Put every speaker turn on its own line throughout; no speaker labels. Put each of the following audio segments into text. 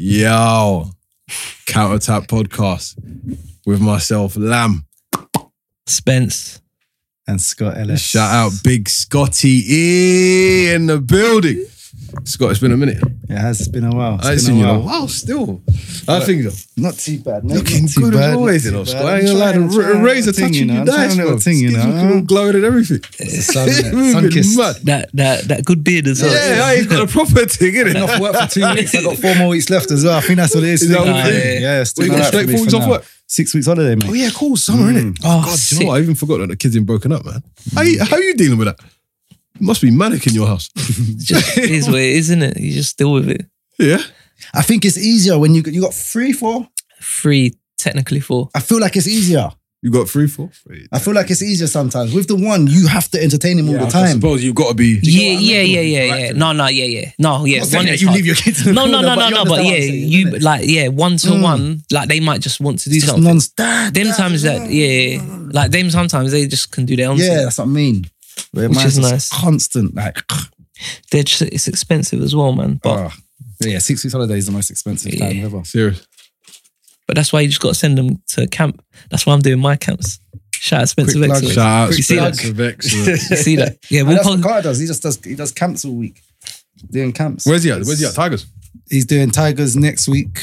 Yo, Counterattack Podcast with myself, Lamb.
Spence.
and Scott Ellis.
Shout out Big Scotty E in the building. Scott, it's been a minute.
It has been a while. It's
I ain't
been
seen you in a
while.
while still. I think
Not too bad. Mate.
looking
Not too
good
bad.
as always, you
not
know,
too
Scott.
bad.
I ain't gonna lie,
I'm trying-
the
I'm
razor
thinking,
touching you
I'm
nice,
trying a
bro.
little thing, you
Skin's looking all
know.
glowing and everything.
Eh, sun,
It's moving
sun-kissed.
mad.
That that that good beard as well.
Yeah, I ain't got a proper thing, innit?
Off work for two weeks. I got four more weeks left as well. I think that's what it is.
Is that what
it
yeah,
is?
yeah. it's
Well, you
still
got
alright for
straight
me
four
for
weeks off
now.
work?
Six weeks holiday, mate.
Oh yeah, cool, summer,
Mm.
innit?
Oh,
God, do you
sick.
know what? I even forgot that the kids been broken up, man. How you, how you dealing with that? Must be manic in your house.
It's just it is what it is, isn't it? You just deal with it.
Yeah.
I think it's easier when you got, you got three, four.
Three, technically four.
I feel like it's easier.
You got three, four.
I feel like it's easier sometimes. With the one, you have to entertain him all the
I
time.
suppose you've got to be.
Yeah, yeah, yeah, yeah, yeah. No, no, yeah, yeah. No, yeah.
I'm not saying
One
that
is
you
hard.
leave your kids. in the
no, no,
corner,
no, no,
you
no. But
understand
yeah,
what I'm saying,
you
innit?
like yeah, one to
Mm.
one. Like they might just want to do
Just
something.
non Dad,
them
dad,
times that
dad.
yeah, like them sometimes they just can do their own.
Yeah,
thing.
that's what I mean. Where
Which is
mine's just
nice.
Constant, like,
They're just, it's expensive as well, man. But
oh. yeah, six weeks holiday is the most expensive time
Yeah.
ever.
Serious.
but that's why you just got to send them to camp. That's why I'm doing my camps. Shout out Spencer
Quick plug.
Vexel.
Shout out
You see that?
Spencer Vex.
You see that? Yeah,
And
we'll
that's what
post,
Carter does. He just does. He does camps all week, doing camps.
Where's he at? Where's he at? Tigers.
He's doing Tigers next week.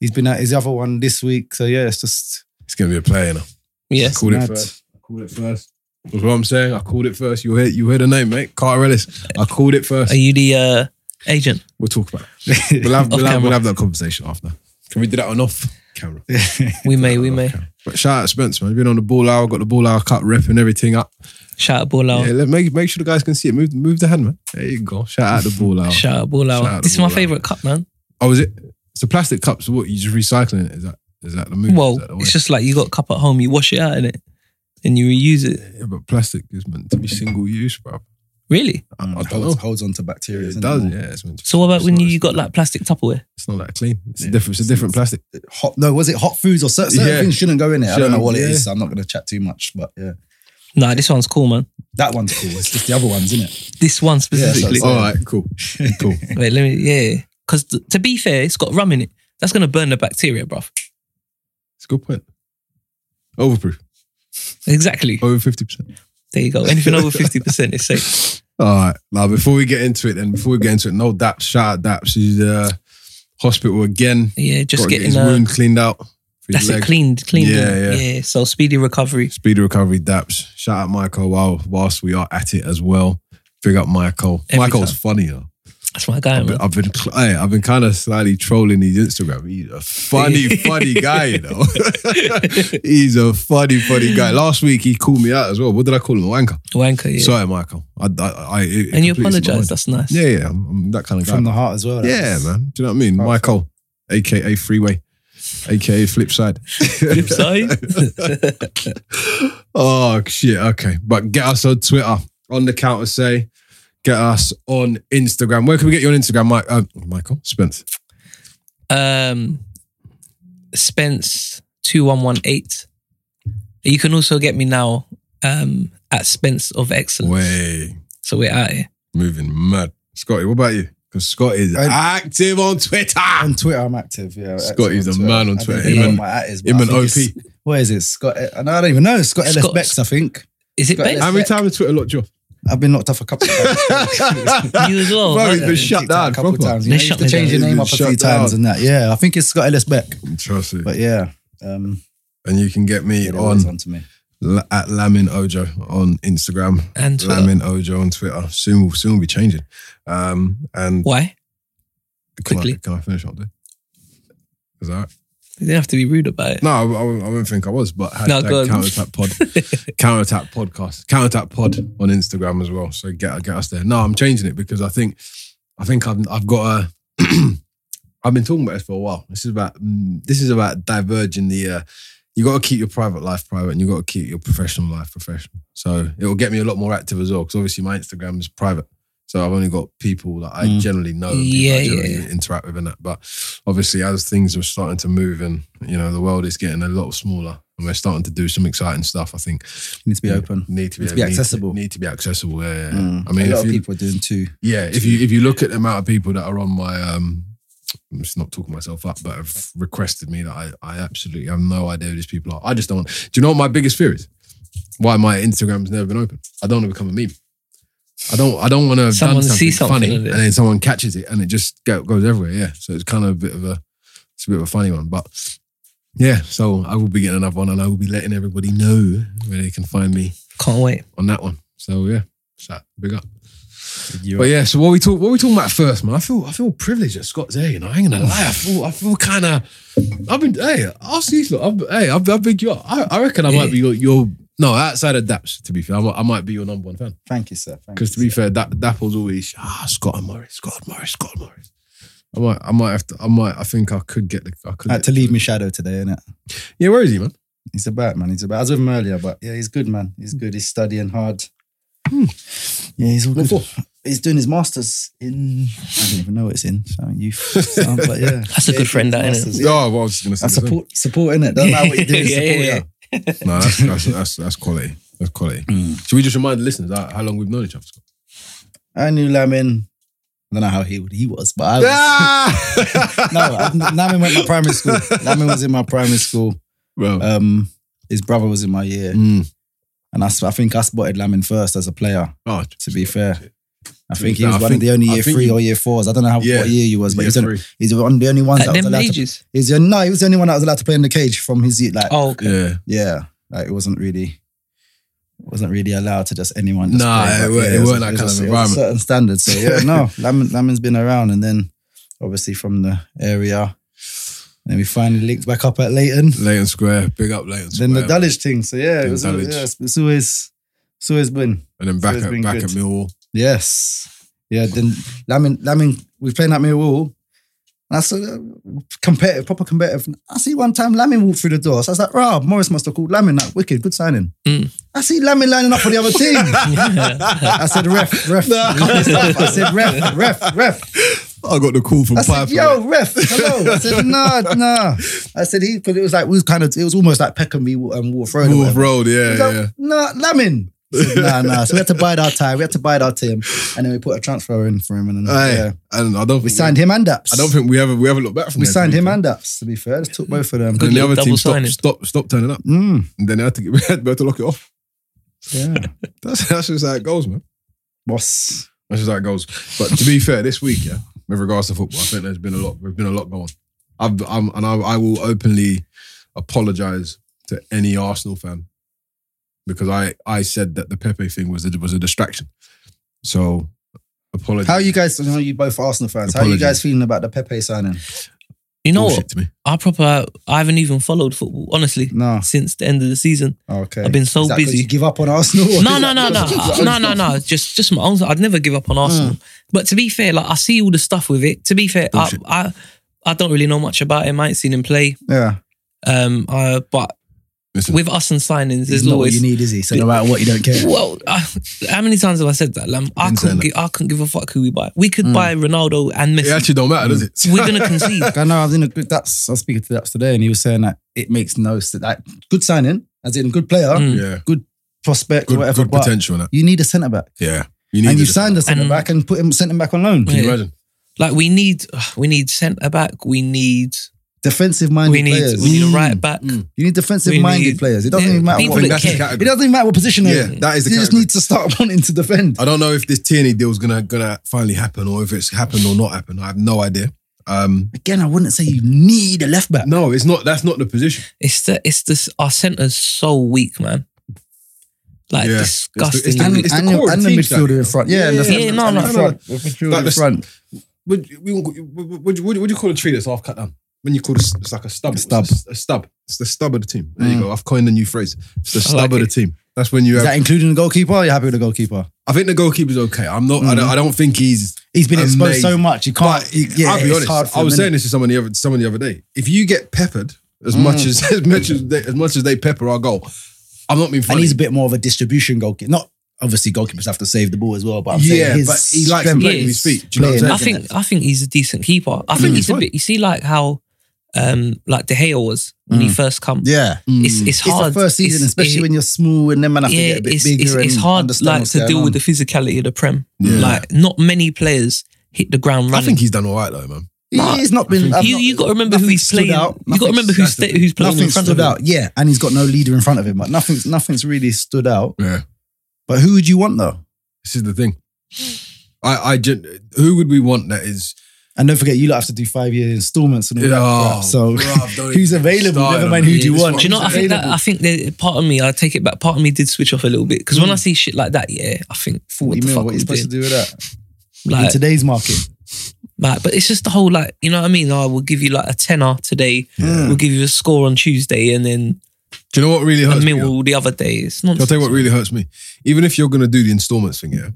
He's been at his other one this week. So yeah, it's just
It's gonna be a player. You know?
yeah.
Called it
mad.
first. I called it first. That's what I'm saying. I called it first. You hear, you hear the name, mate. Carter Ellis. I called it first.
Are you the uh, agent?
We'll talk about it. We'll have,
Off
we'll, have, we'll
camera.
have that conversation after. Can we do that on off camera?
We may, we may.
But shout out Spence, man. You've been on the ball hour, got the ball hour cut, repping everything up.
Shout out Ball out.
Yeah, let, make, make sure the guys can see it. Move, move the hand, man. There you go. Shout out the ball hour.
Shout out Ball out.
Shout out
this is my
Ball Out.
favorite cup, man.
Oh, is it? It's a plastic cup. So what? You just recycling it? Is that is that the move?
Well,
Is that the way?
it's just like you got a cup at home, you wash it out in it, and you reuse it.
yeah, but plastic is meant to be single use, bro.
Really?
I, I don't
holds,
know.
holds on to bacteria.
It
isn't
does, yeah. It's meant to,
So what about
It's
when
nice.
you got like plastic Tupperware?
it's not that clean. It's a
Yeah.
different. It's a different plastic.
Hot, no, was it hot foods or certain, certain
Yeah.
things shouldn't go in there? I don't
Shouldn't,
know what
yeah.
it is. So I'm not going to chat too much, but yeah,
Nah, this one's cool, man.
that one's cool. It's just the other ones, isn't it?
This one
that's
specifically.
Yeah.
All right, cool, cool.
Wait, let me. Yeah, because to be fair, it's got rum in it. That's gonna burn the bacteria, bruv.
It's a good point. Overproof.
Exactly.
Over fifty percent.
There you go. Anything over fifty percent is safe.
All right. Now, before we get into it, then before we get into it, no Daps. Shout out Daps. He's uh, hospital again.
Yeah, just
Gotta get
getting
his
uh,
wound cleaned out. for his
that's it
leg.
cleaned, cleaned.
Yeah,
Yeah,
yeah.
yeah. So speedy recovery.
Speedy recovery daps. Shout out Michael while whilst we are at it as well. Big up Michael.
Every
Michael's
time.
funny. You know.
That's my guy, man.
But I've been cl- hey, I've been kind of slightly trolling his Instagram. He's a funny, funny guy, you know. He's a funny, funny guy. Last week he called me out as well. What did I call him? A wanker.
Wanker. Yeah.
Sorry, Michael. I, I, I, it- it
and
completely
you
slipped my
apologise.
mind.
That's nice.
Yeah, yeah. I'm, I'm that kind of guy.
From the heart as well.
yeah, man. Do you know what I mean?
Oh.
Michael, aka Freeway, aka Flipside.
Flip side.
Oh shit. Okay. But get us on Twitter on the counter say. Get us on Instagram. Where can we get you on Instagram, Mike? Uh, Michael Spence.
um, Spence two one one eight. You can also get me now um, at Spence of Excellence.
Way
So we're out here.
moving mad. Scotty, what about you? Because Scott is
I-
active on Twitter.
On Twitter, I'm active. Yeah,
Scotty's
active
a
Twitter.
man on
I don't
Twitter.
even
Him
know
and-
what my at is, but
Him
I
and
think
OP.
it's- What is it, Scott? I know I don't even know. Scott Ellis
Scott's-
Becks, I think.
Is it
Got
Bex?
How many
Beck.
times has Twitter locked you off?
I've been knocked off a couple of times.
You as well.
Bro,
weren't
he's been
you?
shut
TikTok
down
a couple of
proper.
times. You
They
know, you
shut
have to
me
change
down.
your name up a
Shut
few
down.
times and that. Yeah, I think it's Scott Ellis Beck.
Trust me.
But yeah, um,
And you can get me
it
on
always on to me.
la- at Lamin Ojo on Instagram.
And Twitter.
Lamin Ojo on Twitter. Soon will soon will be changing. Um, and
Why?
can I,
quickly.
can I finish up there? Is that all right?
You don't have to be rude about it.
No, I, I, I don't think I was, but
No, go
hashtag counterattack
on.
pod, counterattack podcast, counterattack pod on Instagram as well. So get get us there. No, I'm changing it because I think I think I've I've got a. I've been talking about this for a while. This is about mm, this is about diverging the. Uh, you got to keep your private life private, and you got to keep your professional life professional. So it will get me a lot more active as well because obviously my Instagram is private. So I've only got people that I
Mm.
generally know, and people
Yeah,
I
yeah,
generally
yeah.
interact with, and that. But obviously as things are starting to move and you know the world is getting a lot smaller and we're starting to do some exciting stuff i think
You need to be open.
need to be,
Need to be
need
accessible.
need to be accessible yeah, yeah. yeah.
Mm.
i mean
a
if
lot of
you,
people are doing too.
yeah if you if you look at the amount of people that are on my um I'm just not talking myself up, but have requested me that I, I absolutely have no idea who these people are. I just don't want. Do you know what my biggest fear is? Why my Instagram's never been open? I don't want to become a meme. I don't. I don't want to have
Someone
done something,
see something
funny,
of
and
it.
then someone catches it, and it just go, goes everywhere. Yeah. So it's kind of a bit of a, it's a bit of a funny one, but yeah. So I will be getting another one, and I will be letting everybody know where they can find me
Can't wait.
on that one. So yeah, so big up. But yeah, so what we talk, what we talking about first, man? I feel, I feel privileged that Scott's there. You know, I ain't gonna lie. I feel, I feel kind of. I've been, hey, I'll see. Look, I'm, hey, I've, I've been. You up. I, I reckon I might be your, your no outside of Daps. To be fair, I might, I might be your number one fan
Thank you, sir. Thank
because to
you,
be
sir.
fair, that Dapple's always ah Scott and Morris, Scott and Morris, Scott and Morris. I might, I might have to, I might, I think I could get the, I could
I had
get
to leave
the-
me shadow today, innit?
Yeah, where is he, man?
He's about man. He's about. I was with him earlier, but yeah, he's good, man. He's good. He's studying hard.
Hmm.
Yeah, he's all
What
good. He's doing his masters in. I don't even know what it's in. So you, but yeah,
That's a good friend, that, innit?
Masters,
Yeah.
yeah.
Oh, well, I was just gonna say
And support, support in it. Don't matter what you do,
Yeah,
support
yeah,
yeah.
No, that's that's, that's that's quality. That's quality.
Mm.
Should we just remind the listeners how, how long we've known each other? Scott?
I knew Lamin. I don't know how he he was, but I was.
Ah!
no, I- Lamin went to primary school. Lamin was in my primary school.
Well,
Um, his brother was in my year,
mm.
and I, s- I think I spotted Lamin first as a player.
oh,
To be fair, I think he
fair,
was
I
one
think-
of the only
I
year
think
three
you-
or year fours. I don't know how
Yeah.
what year he was, but
yeah,
he's, on,
three.
he's one of the only ones
At
that was
Uh, them
allowed to.
ages.
He's the, no, he was the only one that was allowed to play in the cage from his year. Like,
Oh, okay.
yeah.
yeah, like it wasn't really, wasn't really allowed to just anyone. Just
Nah,
play,
it
but
weren't-
yeah,
it
was-
weren't that
was
kind of
a- it was a
environment.
Certain standards. So yeah, no, Lamin, Lamin's been around, and then obviously from the area, and then we finally linked back up at Leighton.
Leighton Square, big up Leighton Square,
Then the Dulwich thing. So yeah, it
Then
was all-
Dulwich.
yeah, it's, it's always, it's always been.
and then back
it's
at
been
back
good.
at Millwall.
Yes. Yeah, then Lamin, Lamin, we playing at Millwall. And I saw uh, competitive, proper competitive. I see one time Lamin walked through the door. So I was like, Rob, Morris must have called Lamin that wicked, good signing.
Mm.
I see Lamin lining up for the other team. I said, ref, ref. cut this off. I said, ref, ref, ref.
I got the call from
I said,
Piper.
yo, ref, hello. I said, nah, nah. I said, he, because it was like, we was kind of, it was almost like Peckham v. Wa- um, Wolf Road. or
Wolf
whatever.
Road, yeah,
He's like,
yeah.
Nah, Lamin. I said, Nah, nah. So we had to bide our time. We had to bide our team, and then we put a transfer in for him, and then
Aye.
yeah.
And I don't
we
think
signed him and Daps.
I don't think we ever we ever looked back from
we
there, to
signed
be
him
fair.
and Daps. To be fair, let's took both of them.
And the
Good
other team
double
stopped,
signing.
stopped stopped turning up,
Mm,
and then they had to get we had to lock it off.
yeah,
That's that's just how it goes, man.
boss.
That's just how it goes. But to be fair, this week, yeah, with regards to football, I think there's been a lot. There's been a lot going. I've I'm, and I, I will openly apologize to any Arsenal fan because I I said that the Pepe thing was a, was a distraction. So, apologies.
How are you guys? I know you both are Arsenal fans. How are you
Apologies.
guys feeling about the Pepe signing?
You know
Bullshit
what?
to me?
I proper, I haven't even followed football, honestly,
No, Oh,
since the end of the season.
okay.
I've been so
Is that 'cause
busy.
you give up on Arsenal? or
no,
is
no,
that
no, no,
because of your own
no, no, no. Just, just my own. I'd never give up on Arsenal.
Mm.
But to be fair, like I see all the stuff with it. To be fair, I,
Bullshit.
I, I don't really know much about him. I ain't seen him play.
Yeah,
Um, I, but
Listen,
with us and signings,
he's
there's
not what you
always.
need, is he? So no matter what, you don't care.
Well, I, how many times have I said that? Lam? I
Been saying
couldn't, gi- I couldn't give a fuck who we buy. We
Mm.
could buy Ronaldo and
it
Messi.
actually don't matter, does it?
We're gonna concede.
I know I was in a good. That's I was speaking to Daps today, and he was saying that it makes no sense. Like good signing, as in good player,
Mm.
yeah,
prospect,
good,
whatever.
good
but
potential in it.
You need a centre back,
Yeah, you
and you
to-
signed a centre
And-
back and put him sent him back on loan.
Can you
Yeah.
imagine?
Like we need, we need centre back. We need,
Defensive
we
minded
need,
players.
we need
Mm.
a right back.
Mm.
you need defensive
we
minded
need-
players. It doesn't
Yeah,
even matter
people
what.
that
It
that's the
care.
category.
doesn't even matter what position
Yeah,
they're in.
that is the
You just
category.
need to start wanting to defend.
I don't know if this Tierney deal's gonna gonna finally happen or if it's happened or not happened. I have no idea. Um,
Again, I wouldn't say you need a left back.
no, it's not. That's not the position.
It's the, it's this. Our centre's so weak, man. Like
Yeah. It's the- it's
disgusting.
the-
And,
it's the
and,
core of
and
the
the
team,
midfielder
Jack.
in front. Yeah, and the
Yeah,
front-
yeah, no,
and
no,
the
no.
front- the midfielder
Like
in
the-
front.
Would you- we would, would, would, would you call a tree that's half cut down? When you call this, it's like a stub.
A stub.
It's a, a stub. It's the stub of the team. There
Mm.
you go. I've coined a new phrase. It's the
I
stub
like
of the
it.
team. That's when you
Is
have.
that including the goalkeeper? Are you happy with the goalkeeper?
I think the goalkeeper's okay. I'm not. I, don't, I don't think he's.
He's been exposed
Amazing.
so much. You can't.
But
you- yeah,
I'll be
it's
honest.
hard for
I
him,
was
innit?
saying this to someone the other someone the other day. If you get peppered as much as as much as they, as much as they pepper our goal, I'm not being funny.
and he's a bit more of a distribution goalkeeper. Not obviously goalkeepers have to save the ball as well, but I'm
yeah,
saying his
but he likes to
strength-
play with his feet. Do you know what
playing
I
I'm saying?
think I think he's a decent keeper. I
Mm.
think he's a
Fine.
bit. You see, like how, um, like De Gea was when he
Mm.
first come.
Yeah,
It's it's
it's
hard.
the first season,
It's-
especially
it-
when you're small and then man have to
yeah,
get a bit
it's,
bigger.
it's, it's
and
hard
understand
like
what's
to
going
deal
on.
with the physicality of the prem.
Yeah.
Like not many players hit the ground
I
running.
think he's done all right though, man.
He-
Nah,
he's not been. I've
You
not-
you got to remember
nothing
who's
stood
playing.
out.
You got to
Nothing
remember who's
stood-
sta- who's playing in
Nothing
front of
stood
him.
out. Yeah, and he's got no leader in front of him. But nothing's nothing's really stood out.
Yeah.
But who would you want though?
This is the thing. I, I gen- who would we want that is
And don't forget, you lot have to do five year installments and all that.
oh,
crap. So
bruv, don't
who's
even get
available?
started
Never
on
mind
it.
who do you
This
want.
one
Do you know?
is
what I think that
available.
I think that part of me, I take it back. Part of me did switch off a little bit because when I see shit like that, yeah, I think
what
what,
do
the
you mean?
fuck
What are you
was
supposed
doing?
to do with that in
Like,
today's market?
like, but it's just the whole like, you know what I mean? I will give you like a tenner today.
Yeah.
We'll give you a score on Tuesday, and then
Do you know what really
a
hurts me?
meal the other day. It's
I'll
nonsense.
tell you what really hurts me. Even if you're going to do the installments thing, yeah,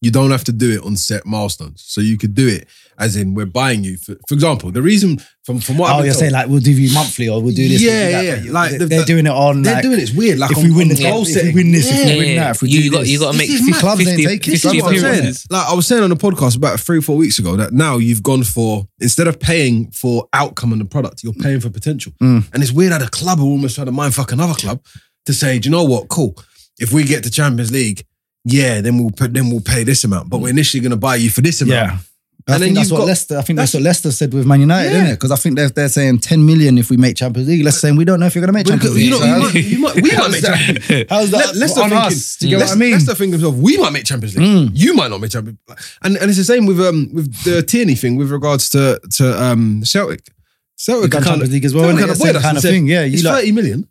you don't have to do it on set milestones. So you could do it as in we're buying you. For, for example, the reason from from what
Oh,
I've been
you're
told-
saying like we'll do you monthly or we'll do this.
Yeah,
we'll do
yeah,
that.
yeah. Like,
They-
the-
they're
the-
doing it on.
they're
like,
doing it, it's weird. Like
if
on,
we win
on
the
goal
goal, if we
setting.
win this, if
Yeah.
we win that, if we
you,
do
you got
this.
you got to make
is
50,
mad.
Clubs ain't
50,
taking
50
it.
That's what I'm saying.
appearances.
Like I was saying on the podcast about three or four weeks ago that now you've gone for instead of paying for outcome and the product, you're paying for potential.
Mm.
And it's weird how the club are almost trying to mind fuck another club to say, do you know what? Cool. If we get to Champions League, yeah, then we'll put, then we'll pay this amount. But we're initially going to buy you for this amount.
Yeah. I
And
think
then
that's
you've
what
got-
Leicester. I think that's, what Leicester said with Man United,
Yeah.
isn't it? Because I think they're, they're saying 10 million if we make Champions League. Leicester saying we don't know if you're going to make
But
Champions
because,
League.
you know,
So
you might,
how's-
you might, we might make Champions League.
how's that
Let, Leicester
on
thinking,
us? Do you get
Leicester,
what Mm. I mean? Mm.
Leicester thinking to themselves, we might make Champions League. You might not make Champions League. And, and it's the same with um with the Tierney thing with regards to to um Celtic.
We've
Celtic are
done
kind
Champions
of,
League as well.
they
Kind
kinda
of,
weird us
kind
and
of
said,
thing. Yeah,
it's
you like,
thirty million.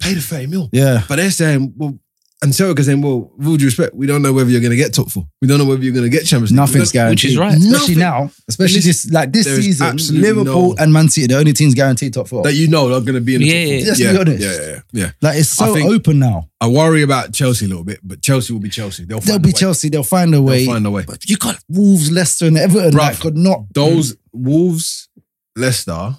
Pay the thirty mil.
yeah.
But they're saying, well, and Celtic are saying, well, with all due respect, we don't know whether you're going to get top four. We don't know whether you're going to get Champions League.
Nothing's
We don't-
guaranteed.
is right.
Especially
Nothing.
now, especially
This-
this like this
there is
season,
absolutely
Liverpool
no-
and Man City, the only teams guaranteed top four.
That you know are going to be in the
Yeah,
top
yeah.
four.
Let's be
yeah,
honest.
Yeah, yeah, yeah, yeah.
Like it's
I
so
think-
open now.
I worry about Chelsea a little bit, but Chelsea will be Chelsea. They'll,
They'll
find
be
a way.
Chelsea. They'll find a way.
They'll find a way.
But you got Wolves, Leicester, and Everton.
Bruv.
Like, could not
Those Wolves, Leicester,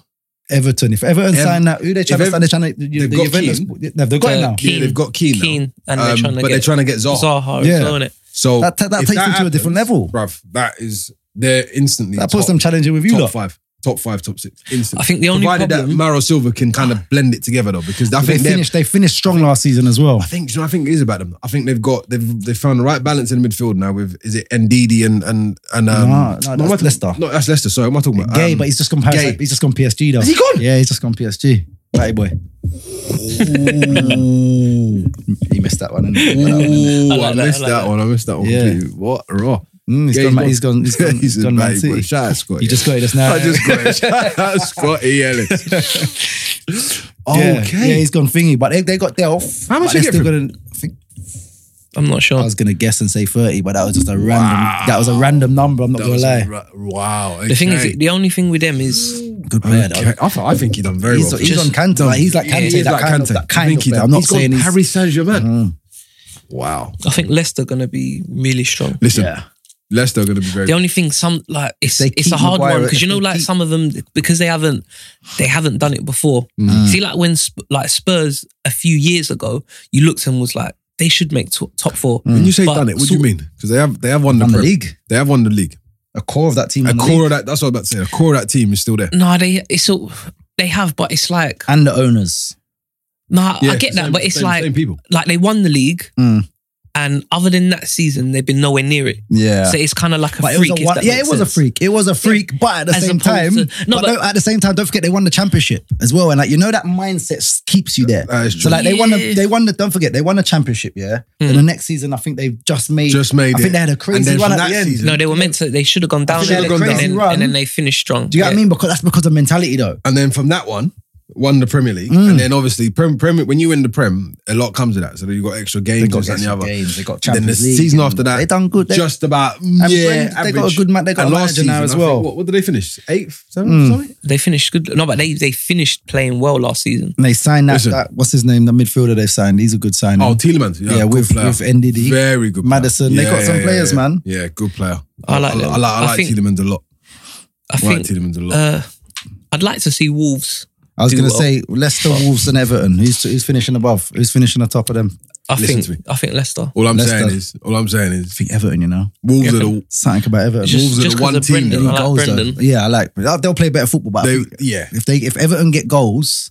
Everton. If Everton
Ev-
sign that, who they trying to
Ev-
sign? They're trying to. The,
they've
the
got
Juventus. No, they've got it
Uh,
now.
Keane.
yeah, they've got Keane, now.
Keen, and they're
Um,
trying to
but they're
get
trying to get Zaha.
Zaha as
Yeah.
well, innit?
So
That- that- that
if
takes them to a different level.
bruv. That is they're instantly
That
top,
puts them challenging with you
top
lot.
five, top five, top six.
I
Instantly.
think the only
Provided that
problem. Ah.
Maro Silva can kind of blend it together though, because I
They
think they're
finished. They finished strong last season as well.
I think you know, I think it is about them. I think they've got they've they found the right balance in the midfield now with is it Ndidi and and and um,
Nah, nah, that's
am I talking-
Leicester.
No, that's Leicester. Sorry, what am I talking about?
Gay,
Um,
but he's just gone.
Gay.
He's just gone PSG though.
Has he gone?
Yeah, he's just gone PSG. Batty boy. he missed that one. innit? That one, innit?
Ooh, I,
I like that, I
missed
like
that,
that.
one. I missed that one.
Yeah.
completely. What raw?
Mm, he's
Gay's
gone. Ma-
gone.
He's gone. He's gone. He's
He's a
gone. Man
batty boy.
City.
Shout out Scotty.
You just got it just now.
I just got it. Shout out Scotty Ellis.
Yeah,
okay.
Yeah, he's gone thingy, but they, they got Delph.
How much
but
you
they're
get for
gonna, I think
I'm not
I
sure.
was gonna guess and say thirty, but that was just a random.
Wow.
That was a random number. I'm not
That
gonna
was
lie.
ra- wow.
The thing
okay.
is, the only thing with them is
Good player. though.
Okay. I, th- I think he done very
He's,
well.
he's on Kante. Like, he's like
Yeah,
Kante.
he is
that,
like Kante.
kind Of, that
I
kind
think
of
he
player.
done-
I'm not
he's gone
saying he's
Paris Saint Germain.
Mm.
Wow.
I think Leicester going to be really strong.
Listen,
Yeah.
Leicester are going to be very.
The only thing, some like it's
They
it's
keep
a hard
Maguire-
one because you know,
they
like
keep-
some of them because they haven't they haven't done it before.
Mm.
See, like when Sp- like Spurs a few years ago, you looked and was like they should make to- top four.
Mm.
When you say
But
done it, what do
sort-
you mean? Because they have they have won the,
on the
Prem.
league.
They have won the league.
A core of that team.
A
on the
core
league.
of that. That's what I'm about to say. A core of that team is still there.
No, they it's all they have, but it's like
and the owners.
nah, I
Yeah,
get that,
same-
but it's
same-
like
same people.
like they won the league,
Mm.
and other than that season, they've been nowhere near it.
Yeah.
So it's kind of like a
but it was
freak.
a
if
one,
that
yeah, it
makes
was a
sense.
freak. It was a freak, but at the
As
same
opposed
time,
to- no,
no, but,
but-
no, at the same time, don't forget they won the championship as well, and like you know that mindset s- keeps you there.
That is
So
true.
like they won, the,
Yeah.
they won the. Don't forget they won the championship. Yeah, and the next season I think they've Hmm. just made.
Just made
I
it.
think they had a
And
crazy
then from
one at
that
the end.
season-
No, they were meant to. They should have gone down,
they had
and,
a crazy
then,
run.
and then they finished strong.
Do you
yeah.
get what I mean? Because that's because of mentality, though.
And then from that one, won the Premier League.
Mm.
And then obviously, Prem, Prem, when you win the Prem, a lot comes with that. So then you've got extra games, this and the other.
games. They got
Then the
Champions League.
season
and
after that,
they done good. They,
Just about, mm,
And
yeah,
when they
average.
got a good ma- they got
And
a
last
manager now
season,
as
I think,
well.
what, what did they finish? Eighth, seventh,
Mm.
something?
They finished good. No, but they they finished playing well last season.
and they signed that,
Listen.
that. What's his name? The midfielder they've signed. He's a good signing.
Oh, Tielemans. Yeah,
yeah,
good
with
player.
with NDD.
Very good. player.
Madison. They got some players,
yeah.
man.
Yeah, good player.
I like
I,
them.
I, like, I
I
like
think-
Tielemans a lot.
I
I like
think
Tielemans a lot.
uh, I'd like to see Wolves.
I was
do
going to
well.
say Leicester, Wolves, and Everton. Who's who's finishing above? Who's finishing on top of them?
I
Listen to me.
think I think Leicester.
all I'm saying
Leicester.
is, all I'm saying is,
I think Everton. You know,
Wolves
Yeah.
are the
something about Everton.
Just-
Wolves are
just
the
'cause
one
of
team.
Brendan.
though.
I like Brendan.
uh, though. Yeah, I like. They'll play better football, but I
They,
think
yeah,
if they if Everton get goals,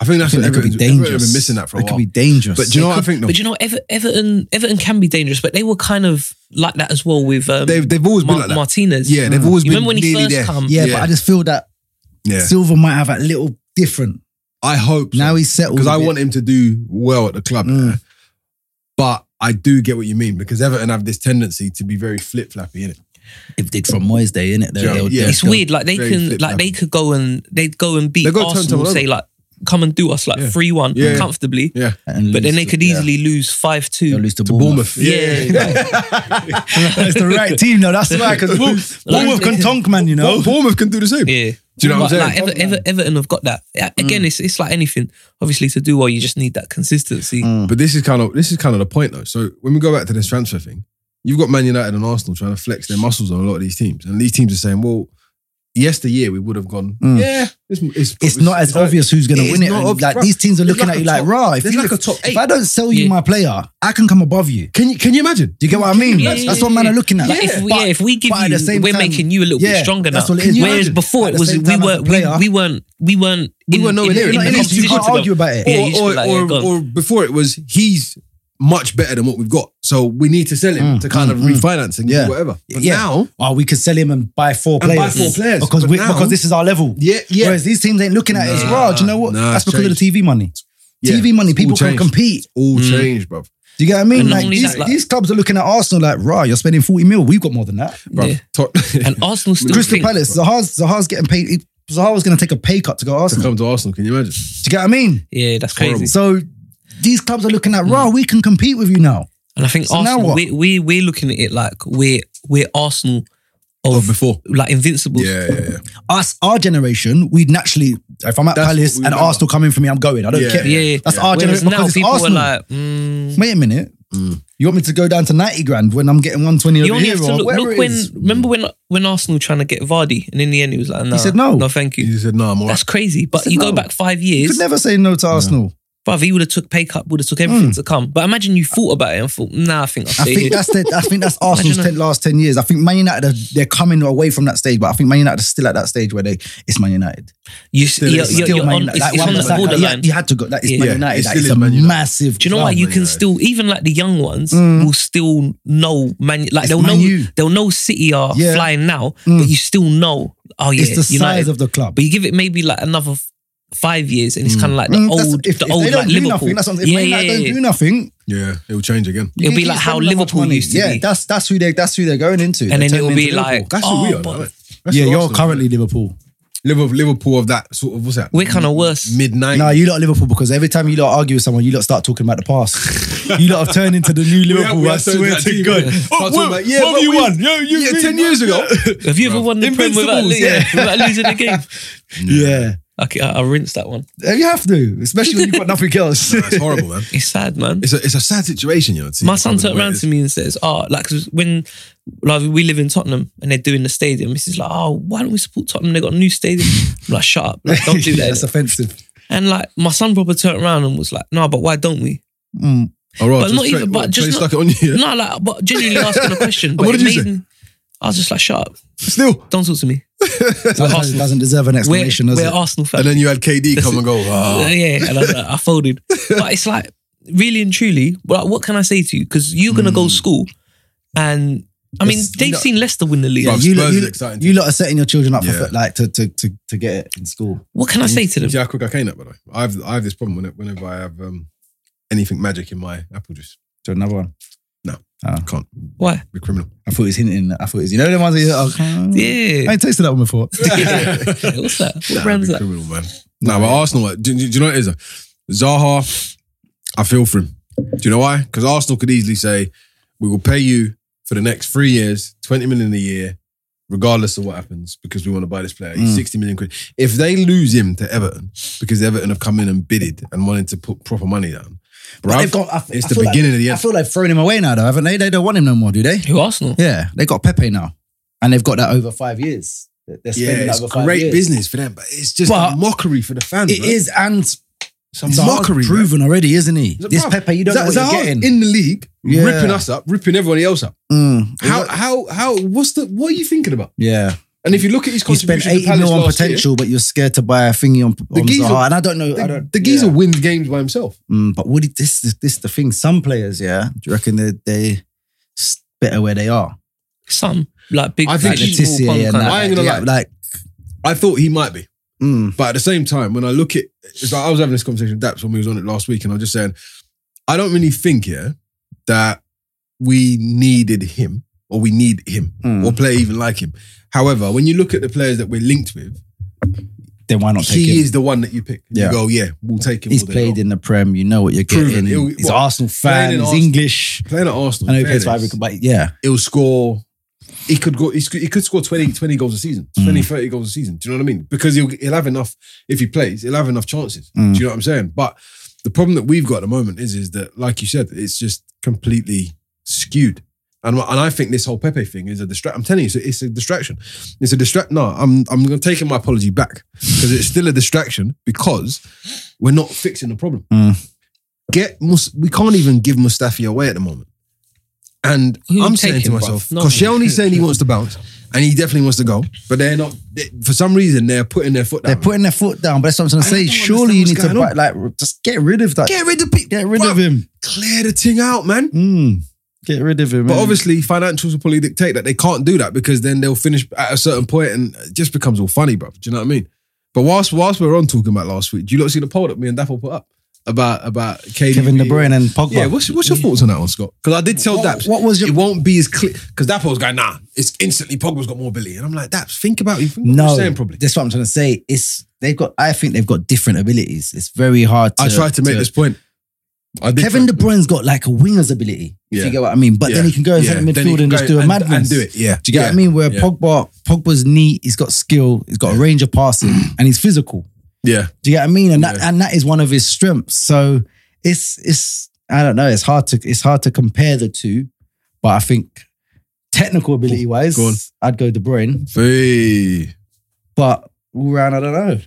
I think that's
I think
what
they could
Everton,
be
Everton have
dangerous.
been missing that for a
they
while.
could be dangerous.
but do you know what I think? Though?
But you know, Ever- Everton Everton can be dangerous, but they were kind of like that as well with um,
They've, they've always
Mar-
been like that.
Martinez.
Yeah, they've
Mm.
always
You
been
remember when he
nearly
first
there.
come?
yeah,
yeah.
but I just feel that
Yeah,
Silver might have a little different.
I hope so.
Now he's settled
because
a
I
bit.
want him to do well at the club.
Mm.
yeah. But I do get what you mean because Everton have this tendency to be very flip flappy in it.
if did from Moyes Day, innit?
Yeah, yeah.
it's weird. Like they
Very
can,
flip
like they could go and they'd go and beat
They've got to turn
Arsenal.
someone
Say like, come and do us like
Yeah.
three one
Yeah.
comfortably.
Yeah,
But then they could easily lose five
yeah. They'll
two.
lose to
to Bournemouth.
Bournemouth. That's the right team, though. That's why. Because Bournemouth,
Like-
Bournemouth can tonk, man. You know.
Bour- Bournemouth can do the same.
Yeah.
Do you know what I'm
Like,
saying?
Like, Ever, Ever, Everton have got that. Yeah,
Mm.
Again, it's it's like anything. Obviously, to do well, you just need that consistency.
Mm.
But this is kind of this is kind of the point though. So when we go back to this transfer thing, you've got Man United and Arsenal trying to flex their muscles on a lot of these teams, and these teams are saying, "Well, yesteryear we would have gone,
Mm.
yeah, it's, it's,
It's not as
like-
obvious who's going to
It's
win it.
not
and,
obvious,
like
bro.
these teams are
There's
looking
like
at you
a
like,
top-
rah. If,
there's
you,
like a top
if
eight.
I don't sell you
Yeah.
my player, I can come above you.
Can you can you imagine?
Do you get what I mean?
Yeah,
that's
yeah,
what man
yeah.
are looking at.
Like, if we,
But-
yeah, if we give
but at
you,
the same
we're
time-
making you a little
Yeah,
bit stronger now.
that's what it is.
you
Whereas
imagine?
before
At
it
the
was
same
we
time as a
weren't we,
player-
we weren't we weren't
We
in-
were nowhere
in-
near
in
it.
the
Not in
it. You
competition
can't
to them.
argue about it.
Yeah,
or,
you just
or,
be like, yeah,
or,
go on.
or before it was he's much better than what we've got, so we need to sell him
Mm,
to kind
mm,
of
mm.
refinance and
Yeah.
whatever. But
Yeah.
now,
Oh, we could sell him and buy four
And buy
players.
four players.
Because,
But
we,
now-
because this is our level.
yeah, yeah,
Whereas these teams ain't looking at it as
Nah,
well. Do you know what?
nah,
That's because of
changed.
the TV money.
Yeah.
TV money,
It's
people
all
can
changed.
compete.
all
Mm.
changed, bruv.
Do you get what I mean?
And not
Like
only
these,
that, like-
these clubs are looking at Arsenal like, rah, you're spending 40 mil. We've got more than that.
bruv.
Yeah.
Tot-
And Arsenal still
Crystal
think-
Palace, Zaha's, Zaha's getting paid. Zaha was going to take a pay cut to go
to
Arsenal.
come to Arsenal, can you imagine?
Do you get what I mean?
Yeah, that's crazy.
So these clubs are looking at, rah, we can compete with you now.
And I think
So now
Arsenal,
what?
we we we're looking at it like we're we're Arsenal
Or
of
before?
like invincible.
Yeah, yeah, yeah.
Us, our generation, we'd naturally, if I'm at
That's
Palace
what we
and
remember.
Arsenal coming for me, I'm going. I don't
Yeah.
care.
yeah. yeah.
That's our
Whereas
generation
now
because it's
people
Arsenal.
are like, mm,
Wait a minute. You want me to go down to 90 grand when I'm getting 120
you
over
only
here
have
or
to look,
whatever
look
it
when.
is?
Remember when when Arsenal trying to get Vardy, and in the end he was like, no,
said no.
no, thank you.
He said, "No, I'm all right."
That's crazy. But
said
you go
no.
back five
You
years,
could never say no to Arsenal.
bruv, he would have took pay cut, would have took everything to come. But imagine you thought about it and thought, nah, I think I'll
I
stay
think
here.
that's the, I think that's Arsenal's
Imagine
ten, last ten years. I think Man United are, they're coming away from that stage, but I think Man United are still at that stage where they it's Man United.
You,
Still
you're,
is,
you're,
still
you're
Man
on,
United.
it's,
Like,
it's
one
on the
percent, like,
borderline.
yeah, you had to go. That is
Yeah.
Man
Yeah,
United.
it
That
still
is
is
a
Man United.
massive.
Do you know
club.
why you
Man
can
United.
still even like the young ones will still know man like
Mm. It's
they'll
Man
know
U.
they'll know City are
Yeah.
flying now,
Mm.
but you still know oh yeah
It's the
United.
size of the club.
but you give it maybe like another f- five years and it's kind of like the
Mm, that's-
old
if,
the
if
old
they
like
don't do
Liverpool
nothing, that's what, if
yeah,
Man
yeah,
United
yeah.
don't do nothing,
Yeah, it will change again.
you
It'll be
keep
like how
spending that much
Liverpool
money.
used to
yeah,
be.
that's that's who they that's who they're going into,
and
They're
then it'll
turning
be
into Liverpool.
like
That's
oh,
what we are.
but
now, innit? That's
yeah,
what
you're
Arsenal-
currently Liverpool.
Liverpool, Liverpool of that sort of what's that?
we're
Mm.
kind of worse
Mid
No,
nineties.
you lot are Liverpool because every time you lot argue with someone, you lot start talking about the past. you lot have turned into the new Liverpool. I swear to God.
Oh, well, yeah, but we-
Yo, you
Yeah, ten years ago.
have you ever
Bruv.
won the Prem without,
Invincibles,
lo- yeah, without losing the game
Yeah.
okay I, I rinsed that one
Uh, You have to, especially when you've got nothing else.
It's horrible, man.
it's sad man
It's a it's a sad situation, you know. to see
My
the
son
club
turned
and the way
around
it
to me and says, "Oh, like 'cause when like we live in Tottenham and they're doing the stadium, this is like, oh, why don't we support Tottenham? They got a new stadium." I'm like, shut up, like, don't do
Yeah,
that.
That's offensive.
and like my son proper turned around and was like, "No, but why don't we?"
Mm.
is. All right,
but
just
not even-
straight-
but
what,
just
Jay
not-
stuck it on you. yeah?
No, like, but genuinely asking a question. But
what
it
did you
made me- I was just like, shut up,
Still,
don't talk to me.
Sometimes it doesn't deserve an
We're,
explanation, does
we're
it?
Arsenal fans.
and then you had KD come and go.
Uh,
ah.
yeah, and I, was like, I folded. But it's like really and truly, like, what can I say to you? Because you're gonna go to school, and I mean,
It's-
they've
Hmm. no.
seen Leicester win the league.
Bruv,
you, lot,
Spurs
you,
is
lot-
exciting.
you lot are setting your children up
Yeah.
for like to, to to to get it in school.
What can I say to
Do
them?
you see how quick I came up, by the way? I have I have this problem whenever, whenever I have um, anything magic in my apple juice.
To another one.
I can't
Why?
be criminal.
I thought he was hinting. I thought it was, you know the ones that you're like, oh, I
Yeah.
ain't tasted that one before.
Yeah, What's that? What
Nah,
brand's
big
that?
criminal, man. No, but Arsenal, like, do, do, do you know what it is? though? Zaha, I feel for him. Do you know why? Because Arsenal could easily say, we will pay you for the next three years, 20 million a year, regardless of what happens, because we want to buy this player. He's
Mm.
60 million quid. If they lose him to Everton, because Everton have come in and bidded and wanted to put proper money down,
But
bruv,
they've got- I-
it's
I
the
feel like-
beginning of the
I
end.
feel like throwing him away now, though, haven't they? They don't want him no more, do they?
Who Arsenal?
Yeah, they got Pepe now, and they've got that over five years. They're they're
yeah,
spending that
it's
over five
great
years.
business for them, but it's just
But
a mockery for the fans.
It
bro.
is, and
Some
Zaha's
mockery, bro.
proven already, isn't he?
Bruv,
This Pepe, you don't know
Zaha-
what you're
Zaha's
getting.
in the league,
Yeah.
ripping us up, ripping everyone else up.
Mm.
How how how what's the what are you thinking about?
Yeah,
And if you look at his
You spent
contribution, to
80
Palace
mil on
last year,
potential, but you're scared to buy a thingy on, on
geezer-
Zaha. And I don't know. I
The,
don't,
the geezer
yeah.
wins games by himself.
Mm, but would it, this is this the thing? Some players, yeah. Do you reckon they they s- better where they are?
Some like big.
I think
like,
he's
small
Letitia
punk
and
kind of-
that. I ain't gonna
yeah,
lie.
like
I thought he might be.
mm,
But at the same time, when I look at, it's like I was having this conversation with Daps when we was on it last week, and I was just saying, I don't really think here that we needed him or we need him
Mm.
or play even like him. However, when you look at the players that we're linked with,
then why not take
he
him?
is the one that you pick.
Yeah.
You go, yeah, we'll take him.
He's
all day
played
long.
in the Prem. You know what you're
Proven.
getting.
He'll-
He's
what?
an Arsenal fan.
in
He's
Arsenal.
English.
playing at Arsenal.
I know he plays for
fairness,
Ivory, but yeah,
He'll score. He could go. he's- He could score 20, 20 goals a season, 20, 30 goals a season. Do you know what I mean? Because he'll he'll have enough if he plays. He'll have enough chances.
Mm.
Do you know what I'm saying? But the problem that we've got at the moment is is that, like you said, it's just completely skewed. And and I think this whole Pepe thing is a distraction. I'm telling you, it's a, it's a distraction. It's a distract. No, I'm I'm going to take my apology back because it's still a distraction because we're not fixing the problem.
Mm.
Get Mus- we can't even give Mustafi away at the moment. And
Who
I'm
would take
saying to
him, bruv?
myself,
No.
Koscielny's saying he wants to bounce, and he definitely wants to go, but they're not. they- for some reason, they're putting their foot
they're
down.
putting their foot down. But that's what I'm trying to
I
say.
don't
Surely you need to
understand
buy,
what's
like just get rid of that.
Get rid of people.
Get rid of him.
Clear the thing out, man.
Mm, get rid of him. mm.
But
man.
obviously, financials will probably dictate that they can't do that because then they'll finish at a certain point and it just becomes all funny, bro. Do you know what I mean? But whilst whilst we we're on talking about last week, do you not see the poll that me and Daffo put up about about KDB?
Kevin De Bruyne and Pogba.
Yeah, what's, what's your thoughts on that one, Scott? Because I did tell
What-
Daps
what was your-
it won't be as clear because Dapo was going, nah, it's instantly Pogba's got more ability, and I'm like, Daps, think about it. Think what
no,
you're saying probably.
that's what I'm trying to say. It's they've got. I think they've got different abilities. It's very hard. to
I tried to make this point. I did
Kevin
try-
De Bruyne's got like a winger's ability. If
Yeah.
you get what I mean. But
Yeah.
then he can go in
Yeah,
front of
then he
midfield
can
and
go
just do a
and-
madness
and do it. Yeah,
Do you get what I
Yeah.
mean? Where
Yeah.
Pogba, Pogba's neat. He's got skill. He's got a range of passing, and he's physical.
Yeah,
Do you get what I mean? And that
Yeah.
and that is one of his strengths. So it's it's I don't know. It's hard to it's hard to compare the two, but I think technical ability wise,
Go on.
I'd go De Bruyne.
Hey.
But all round, I don't know.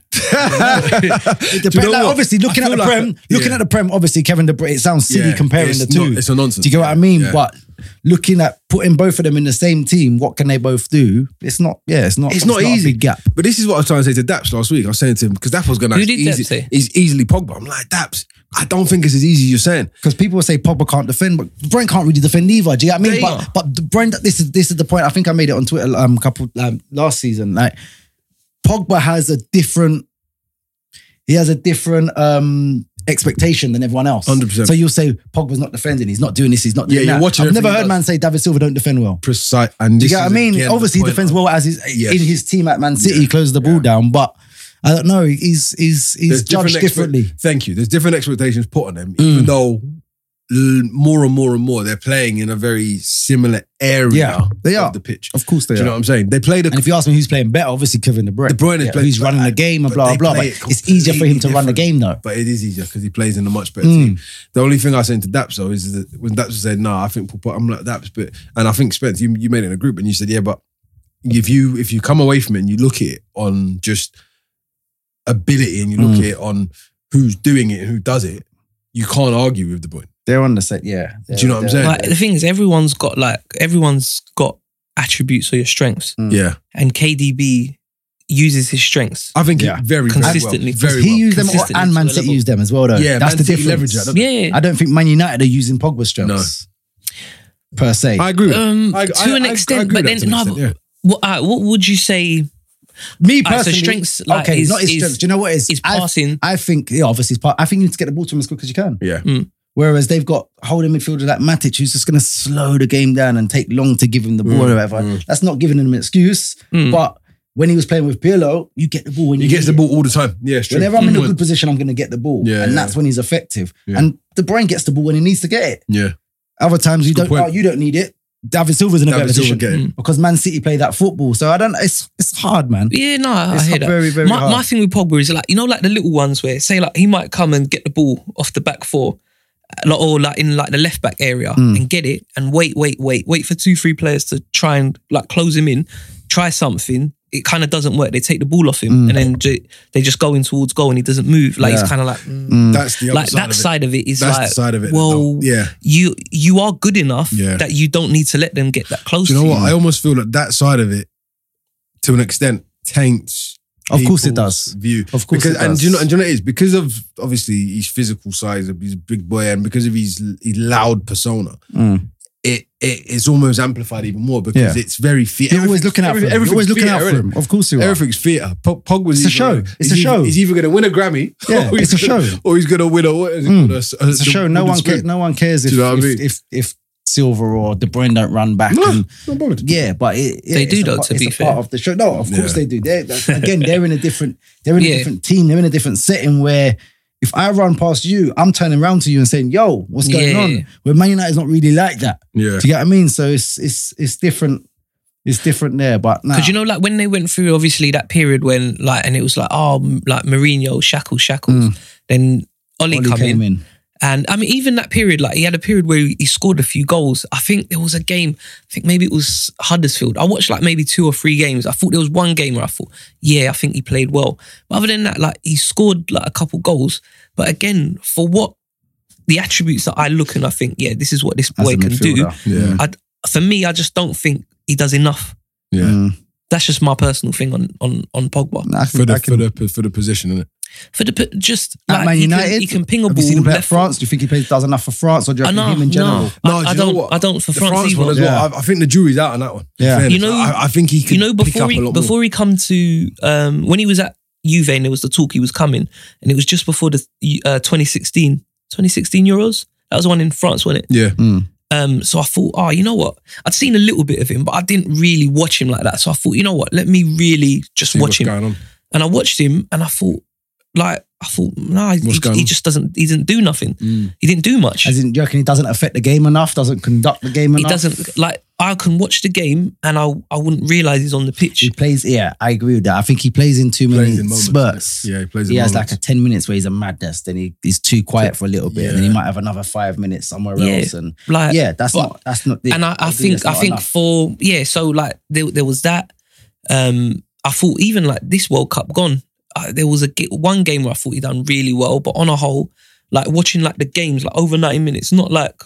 It
it
depends. like, obviously, looking at the prem, looking at the prem, obviously Kevin De Bruyne. It sounds silly comparing the two.
it's a nonsense.
do you get what I mean?
Yeah.
But looking at putting both of them in the same team, what can they both do? It's not. Yeah, it's not.
It's not easy.
A big gap.
But this is what I was trying to say to Daps last week. I was saying to him because Daps was going to
Who did Daps
easy,
say?
He's easily Pogba. I'm like Daps. I don't think it's as easy as you're saying.
Because people say Pogba can't defend, but Brent can't really defend either. Do you know what I mean?
They
But
are.
but Brent, this is this is the point. I think I made it on Twitter um couple um, last season. Like Pogba has a different, he has a different um expectation than everyone else.
100%.
So you'll say Pogba's not defending. He's not doing this. He's not
Yeah,
doing
you're
that.
watching
I've never
everything
heard
he
man say David Silva don't defend well.
Precise. And
Do
this
you get
is
what I mean?
again the
Obviously, he
point
defends well as his
Yes.
in his team at Man City.
Yeah.
He closes the ball down, but I don't know. He's he's he's
There's
judged
different expect-
differently. Mm.
Thank you. There's different expectations put on them, even though l- more and more and more they're playing in a very similar area.
Yeah, they are.
of the pitch.
Of course, they
Do you know what I'm saying? They played a
And if you ask me who's playing better, obviously Kevin De Bruyne.
De Bruyne is
yeah,
playing-
who's running the game and
but
blah
they
blah. blah.
play it
But it's easier for him to
completely
run the
different.
game though. Hmm.
But it is easier because he plays in a much
Mm.
better team. The only thing I said to Daps though is that when Daps said, "No, I think Pogba," I'm like Daps, but and I think Spence, you you made it in a group and you said, "Yeah, but if you if you come away from it and you look at it on just ability and you look
Mm.
at it on who's doing it and who does it, you can't argue with the boy."
They're on the set, yeah.
Do you know what I'm
They're-
saying?
Like, the thing is, everyone's got like everyone's got attributes or your strengths,
Mm.
Yeah,
and KDB uses his strengths.
I think
Yeah.
it very
Consistently.
very well. Very
he
well.
used them, or,
Consistently
and
to
Man
a
City
level.
used them as well though.
Yeah, Man
that's
City
the difference.
leverage that, don't
Yeah, yeah.
I don't think Man United are using Pogba's strengths per se.
I agree. With that.
Um,
I-
to
I-
an
I- I
extent,
agree
but
with
then
that to an
no.
extent,
but
yeah.
What, alright, what would you say?
Me
Alright, so
personally,
strengths, like,
okay,
is-
not his
is-
strengths. Do you know what it is?
Is
I,
passing?
I think yeah, obviously, it's part, I think you need to get the ball to him as quick as you can.
Yeah.
Mm.
Whereas they've got holding midfielder like Matic, who's just going to slow the game down and take long to give him the ball
Mm,
or whatever.
mm.
That's not giving him an excuse.
Mm.
But when he was playing with Pirlo, you get the ball when you
He
get
gets the ball all the time. Yeah, it's true.
Whenever I'm in a
Mm.
good position, I'm going to get the ball,
Yeah,
and
yeah.
that's when he's effective.
Yeah.
And the brain gets the ball when he needs to get it.
Yeah,
Other times you
Good
don't.
point.
Oh, you don't need it. David Silva's in a better
David Silva
position
get it.
because Man City play that football. So I don't. It's it's hard, man.
Yeah, no, I
it's
hear that.
very very
My,
hard.
my thing with Pogba is like you know, like the little ones where say like he might come and get the ball off the back four, uh, like, or like in like the left back area
Mm.
and get it and wait, wait, wait, wait for two, three players to try and like close him in, try something. It kind of doesn't work. They take the ball off him
Mm.
and then ju- they just go in towards goal and he doesn't move. Like
Yeah.
he's kind of like mm.
Mm.
That's Hmm. the other
like
side
that
of it.
side of it is
That's
like
the side of it. that
well,
don't- yeah.
you you are good enough
Yeah.
that you don't need to let them get that close.
Do you know
to
what? I almost feel that that side of it to an extent taints.
Of course it
people's
does.
View
Of course,
because
it
and
does.
do you know and do you know what it is because of obviously his physical size, his big boy, and because of his, his loud persona,
Mm.
it it is almost amplified even more because
Yeah.
it's very theater.
You're always looking out for him. You're always looking out for him. Of course you are.
Everything's theater. Pog Pog was
It's a
either-
show. It's
he's
a
either-
show.
He's either going to win a Grammy.
Yeah,
or he's
it's a
gonna-
show.
Or he's going to win a what is it
Mm.
called? A, s- a,
It's a show. No one cares. No one cares if
Do you know what I
if,
mean?
if if Silver or De Bruyne don't run back.
No,
and,
not bothered.
yeah, but it, it-
They
it's
do
a
though,
part-
to
it's
be
a
fair.
Part of the show. No, of course
Yeah.
they do. They're, again, they're in a different. They're in
Yeah.
a different team. They're in a different setting where. If I run past you, I'm turning around to you and saying, "Yo, what's going
Yeah.
on?" Where Man United's not really like that.
Yeah.
Do you get what I mean? So it's it's it's different. It's different there, but now
Because you know, like when they went through obviously that period when like, and it was like, oh, m- like Mourinho, shackles, shackles. Then Ollie, come in.
came in.
And I mean, even that period, like he had a period where he scored a few goals. I think there was a game, I think maybe it was Huddersfield. I watched like maybe two or three games. I thought there was one game where I thought, yeah, I think he played well. But other than that, like he scored like a couple goals. But again, for what the attributes that I look and I think, yeah, this is what this
as
boy
a
can do.
midfielder.
Yeah.
I, for me, I just don't think he does enough.
Yeah.
Mm.
That's just my personal thing on on on Pogba.
I
For
think
the,
I can-
for the for the position, innit?
For the p- just
At
like
Man
he can-
United,
he can ping a
have you
ball
seen him play at
left. foot.
France? Do you think he plays, does enough for France, or do you
I
reckon
know,
him in general?
no,
No,
I,
do
I
you know
don't.
what?
I don't for
the
France,
France
either.
one as well. I, I think the jury's out on that one. in
Yeah.
fairness.
You know-
I, I think he could.
you know,
pick
before
up a
he
lot
before he come to um, when he was at Juve and there was the talk he was coming, and it was just before the uh, 2016 2016 Euros. That was the one in France, wasn't it?
more. yeah,
Um, so I thought, oh, you know what? I'd seen a little bit of him, but I didn't really watch him like that. So I thought, you know what? Let me really just
see
watch
what's
him.
going on.
And I watched him, and I thought, like, I thought, nah, he,
What's going
he
on?
just doesn't. He didn't do nothing. He didn't do much.
As in, do you reckon Mm. he doesn't affect the game enough? Doesn't conduct the game
He
enough?
doesn't like. I can watch the game, and I I wouldn't realize he's on the pitch.
He plays. Yeah, I agree with that. I think he plays in too many
Plays in moments.
spurts.
Yeah, he plays.
He
in
has like
moments.
a ten minutes where he's a madness. Then he, he's too quiet for a little bit, and then he
Yeah.
might have another five minutes somewhere
Yeah.
else. And
Like,
yeah, that's
but-
not that's not. yeah,
and I, I
agree,
think
that's
I
not
think
enough.
for yeah, so like there, there was that. Um, I thought even like this World Cup gone, uh, there was a ge- one game where I thought he done really well, but on a whole, like watching like the games like over ninety minutes, not like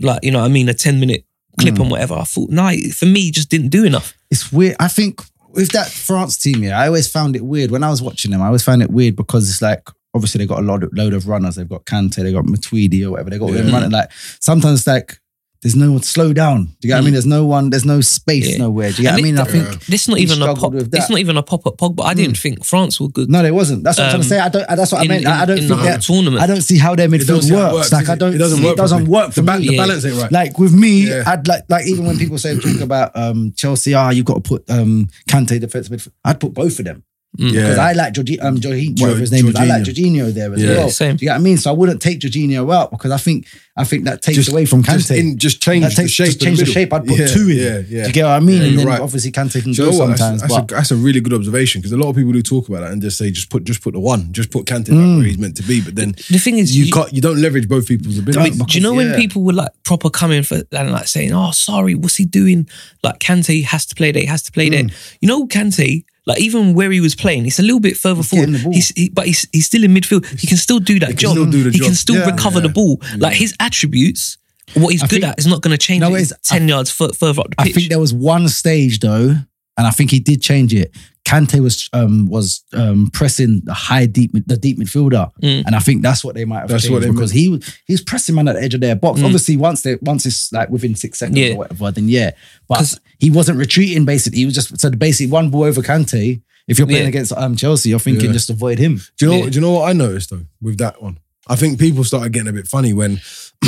like you know what I mean a ten minute clip
Mm.
and whatever. I thought no, he- for me he just didn't do enough.
it's weird. I think with that France team, yeah, I always found it weird when I was watching them. I always found it weird because it's like obviously they got a load of, load of runners. They've got Kante, they got Matuidi or whatever. They got all them
Yeah.
running. Like sometimes it's like there's no one slow down. Do you get what I mean? There's no one. There's no space
Mm. Yeah.
nowhere. Do you get what I
And
mean?
it-
I think
Yeah.
This not
He
even a
struggled
pop.
with that. Hmm.
It's not even a pop at Pogba. I didn't think France were good.
no, there wasn't. That's what I'm trying to
Um,
say. I don't. That's what I
in-
meant. I, I
in-
don't
in
think
the
that.
tournament.
I don't see how their
don't
midfield
see how it
works.
works,
Like
does
I
it?
don't.
It doesn't
see-
work
It doesn't
properly.
work for
The, ba-
me.
the
Yeah.
balance ain't right.
Like with me,
Yeah.
I'd like like even when people say talk about um, Chelsea, ah, you've got to put um, Kante defensive midfield. I'd put both of them. Because I like Jorginho, um, Jorginho,
Jo-
whatever his name is. I like Jorginho there as
Yeah.
well.
Same.
Do you get what I mean? So I wouldn't take Jorginho out because I think I think that takes
Just-
away from Kante.
just, in, just change
that
the
takes-
shape.
just
of
change the
middle.
shape. I'd put
Yeah,
two in.
Yeah,
Do
yeah.
you get what I mean?
Yeah,
and
you're
then
right.
obviously Kante can
Do
go
you know what? That's-
sometimes.
That's,
but
a, that's a really good observation because a lot of people do talk about that and just say just put just put the one, just put Kante back
Mm.
where he's meant to be. But then
The thing is,
you, can't you don't leverage both people's abilities.
Do you know when
yeah.
people were like proper coming for and like saying, "Oh, sorry, what's he doing?" Like Kante has to play there, he has to play
Hmm.
there. You know, Kante, like even where he was playing, it's a little bit further forward.
getting the ball.
He's, he, but he's he's still in midfield. He can still do that
can
job.
still do the
he
job.
can still
Yeah.
recover the
Yeah.
ball. Like his attributes, what he's
I
good
think-
at, is not going to change.
No,
it
it is.
ten yards fu- further up the
I
pitch.
think there was one stage though, and I think he did change it. Kante was um, was um, pressing the high deep mid- the deep midfielder,
Mm.
and I think that's what they might have
That's
changed
what they
because he was he was pressing man at the edge of their box.
Mm.
Obviously, once they once it's like within six seconds
Yeah.
or whatever, then yeah.
'Cause-
But he wasn't retreating. Basically, he was just so basically one ball over Kante. If you're playing
Yeah.
against um, Chelsea, you're thinking
Yeah.
just avoid him.
Do you know?
Yeah.
Do you know what I noticed though with that one? I think people started getting a bit funny when,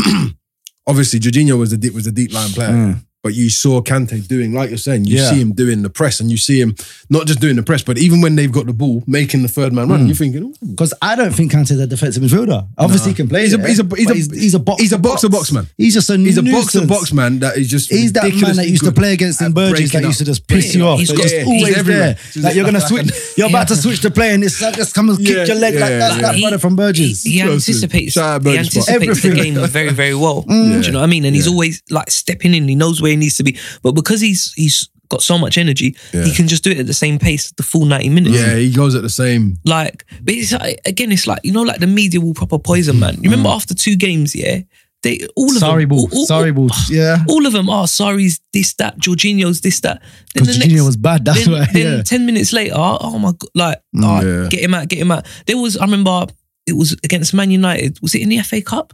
obviously, Jorginho was the deep was the deep line player,
Mm.
but you saw Kante doing like you're saying. You
Yeah.
see him doing the press, and you see him not just doing the press, but even when they've got the ball, making the third man run.
Mm.
You're thinking, "Ooh,
Because I don't think Kante's a defensive midfielder. Obviously,
Nah.
he can play.
He's a-
there,
he's a- he's
but
a-
he's a box
he's a
to
box to box man.
He's just a
he's a box to
nuisance.
box man that is just
He's that man that
ridiculously
used to
good
play against
at
him Burgess
breaking
that used to
up."
just piss
Yeah,
you off.
he's
So
got-
he's
yeah,
just
he's
always
everywhere.
there.
He's
Like you're gonna
like-
switch, you're about to switch the play, and it's like just come and
Yeah,
kick your leg like
yeah,
that.
yeah.
That
He-
brother from Burgess.
He, he
Close to-
anticipates, he
Shout out Burgess, but-
anticipates the
Everything.
game very, very well.
Yeah.
Do you know what I mean? And he's
Yeah.
always like stepping in. He knows where he needs to be. But because he's he's got so much energy,
Yeah.
he can just do it at the same pace, the full 90 minutes.
Yeah, he goes at the same.
Like, but it's like, again, it's like, you know, like the media will proper poison, man. You remember after two games, yeah? They all of
Sorry,
them,
ball.
all- all-
Sorry, ball.
Yeah.
All of them are sorry's this that, Jorginho's this that. Then
Because
the
Jorginho
next,
was bad. That's
then,
why.
then
yeah.
ten minutes later, oh my god, like
Mm,
oh,
yeah.
get him out, get him out. There was I remember it was against Man United. Was it in the FA Cup?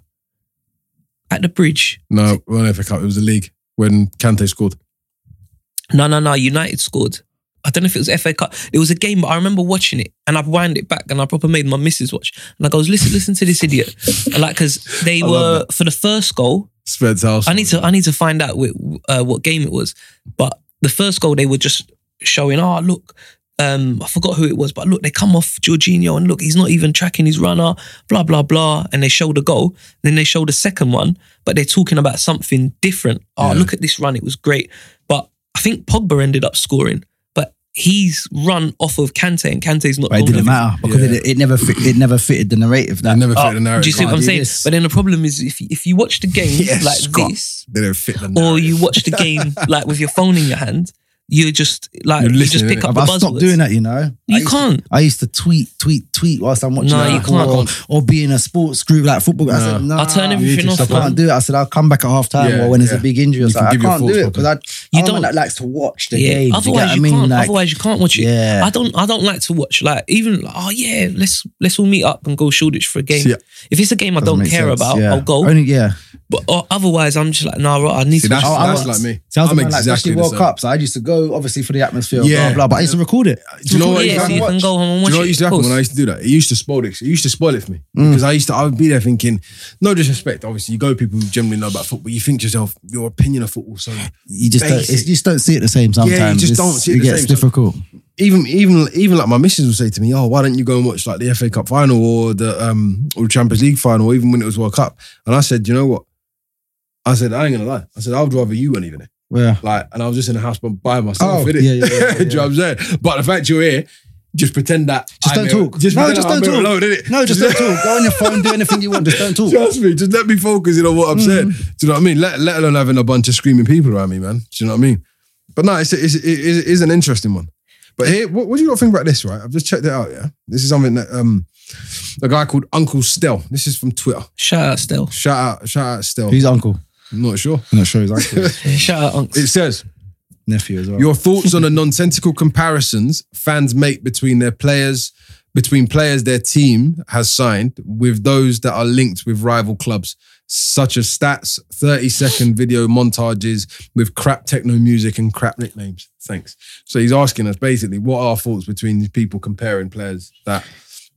At the bridge.
No, well, if I can't, it was the league when Kante scored.
No, no, no. United scored. I don't know if it was FA Cup. It was a game, but I remember watching it and I wound it back and I proper made my missus watch. And I goes, listen, listen to this idiot. And like, because they
I love
were for the first goal.
Spence house.
I need to, I need to find out wh- uh, what game it was. But the first goal, they were just showing, oh look, um, I forgot who it was, but look, they come off Jorginho and look, he's not even tracking his runner, blah blah blah. And they show the goal. Then they show the second one, but they're talking about something different. Oh,
Yeah.
look at this run, it was great. But I think Pogba ended up scoring, but he's run off of Kante, and Kante's not.
But it
going
didn't
with
matter because
Yeah.
it, it never fit, it never fitted the narrative.
They
That
never fit
Oh,
the narrative.
Do you see what
Can't
I'm
do
saying?
this.
But then the problem is if you, if you watch the game
Yes,
like
Scott.
this,
They don't fit the narrative.
or you watch the game like with your phone in your hand, you're just like
You're
you just
listening,
pick
innit?
up
I've
the
I've stopped
buzzwords.
doing that, you know. I
You
used-
can't.
I used to tweet, tweet, tweet whilst I'm watching.
No,
that,
you can't.
Or, or be in a sports group like football. I said, no,
I'll turn
You need
everything
to
off.
stop
I can't
man.
do it. I said I'll come back at half time
Yeah,
or when there's
yeah.
a big injury. I,
You
was
can
like, I
give your
can't do
thoughts,
it because I,
You
I'm a
don't-
man that likes to watch the
Yeah.
game. do you get what
Otherwise
I
you,
mean?
can't.
Like,
otherwise you can't watch it.
yeah,
I don't. I don't like to watch. Like even. Like, oh yeah, let's let's all meet up and go Shoreditch for a game.
See,
if it's a game I
Doesn't
don't
make
care
sense.
about,
Yeah.
I'll go.
Only yeah.
but or otherwise, I'm just like, nah, right, I need
See,
to.
that's,
watch
I- I
that's
was-
like me.
See, I was
I'm
a man, like,
exactly
especially
the
World
same.
Cups. I used to go obviously for the atmosphere,
Yeah.
blah blah. But I used to record it.
Do you know what?
it. yeah,
used
so
to-
you can
watch.
go home and
Do
watch
you know what
it.
used to
of
happen when I
course.
used to do that? It used to spoil it. It used to spoil it for me
Mm.
because I used to. I would be there thinking, no disrespect. Obviously, you go people who generally know about football. You think to yourself, your opinion of football. So
You just don't,
Basic.
it's, you just don't see it the same sometimes.
you just
It's-
don't see it
It
the
gets
same. So-
difficult.
even even even like my missus would say to me, "Oh, why don't you go and watch like the FA Cup final or the um or the Champions League final, or even when it was World Cup?" And I said, "You know what?" I said, "I ain't gonna lie." I said, "I'd rather you weren't even there."
Yeah.
Like, and I was just in the house by- by myself.
Oh,
innit?
yeah, yeah, yeah,
Do you know what I'm saying? But the fact you're here, just pretend that
Just
I'm
don't
here-
talk. No,
pretend
just
that I'm
don't
here
talk.
Alone, innit?
No, just don't talk. Go on your phone, do anything you want. Just don't talk.
Trust me, just let me focus in on what I'm saying.
Mm-hmm.
Do you know what I mean? Let, let alone having a bunch of screaming people around me, man. Do you know what I mean? But no, it's, it's, it is it is an interesting one. But here, what, what do you not think about this, right? I've just checked it out, yeah? This is something that um, a guy called Uncle Stel, this is from Twitter.
Shout out, Stell.
Shout out, shout out Stel.
Who's uncle?
I'm not sure.
I'm not sure his uncle.
Shout out, Unks.
It says,
Nephew as well.
your thoughts on the nonsensical comparisons fans make between their players, between players their team has signed with those that are linked with rival clubs, such as stats, 30 second video montages with crap techno music and crap nicknames. Thanks. So he's asking us basically what are our thoughts between people comparing players that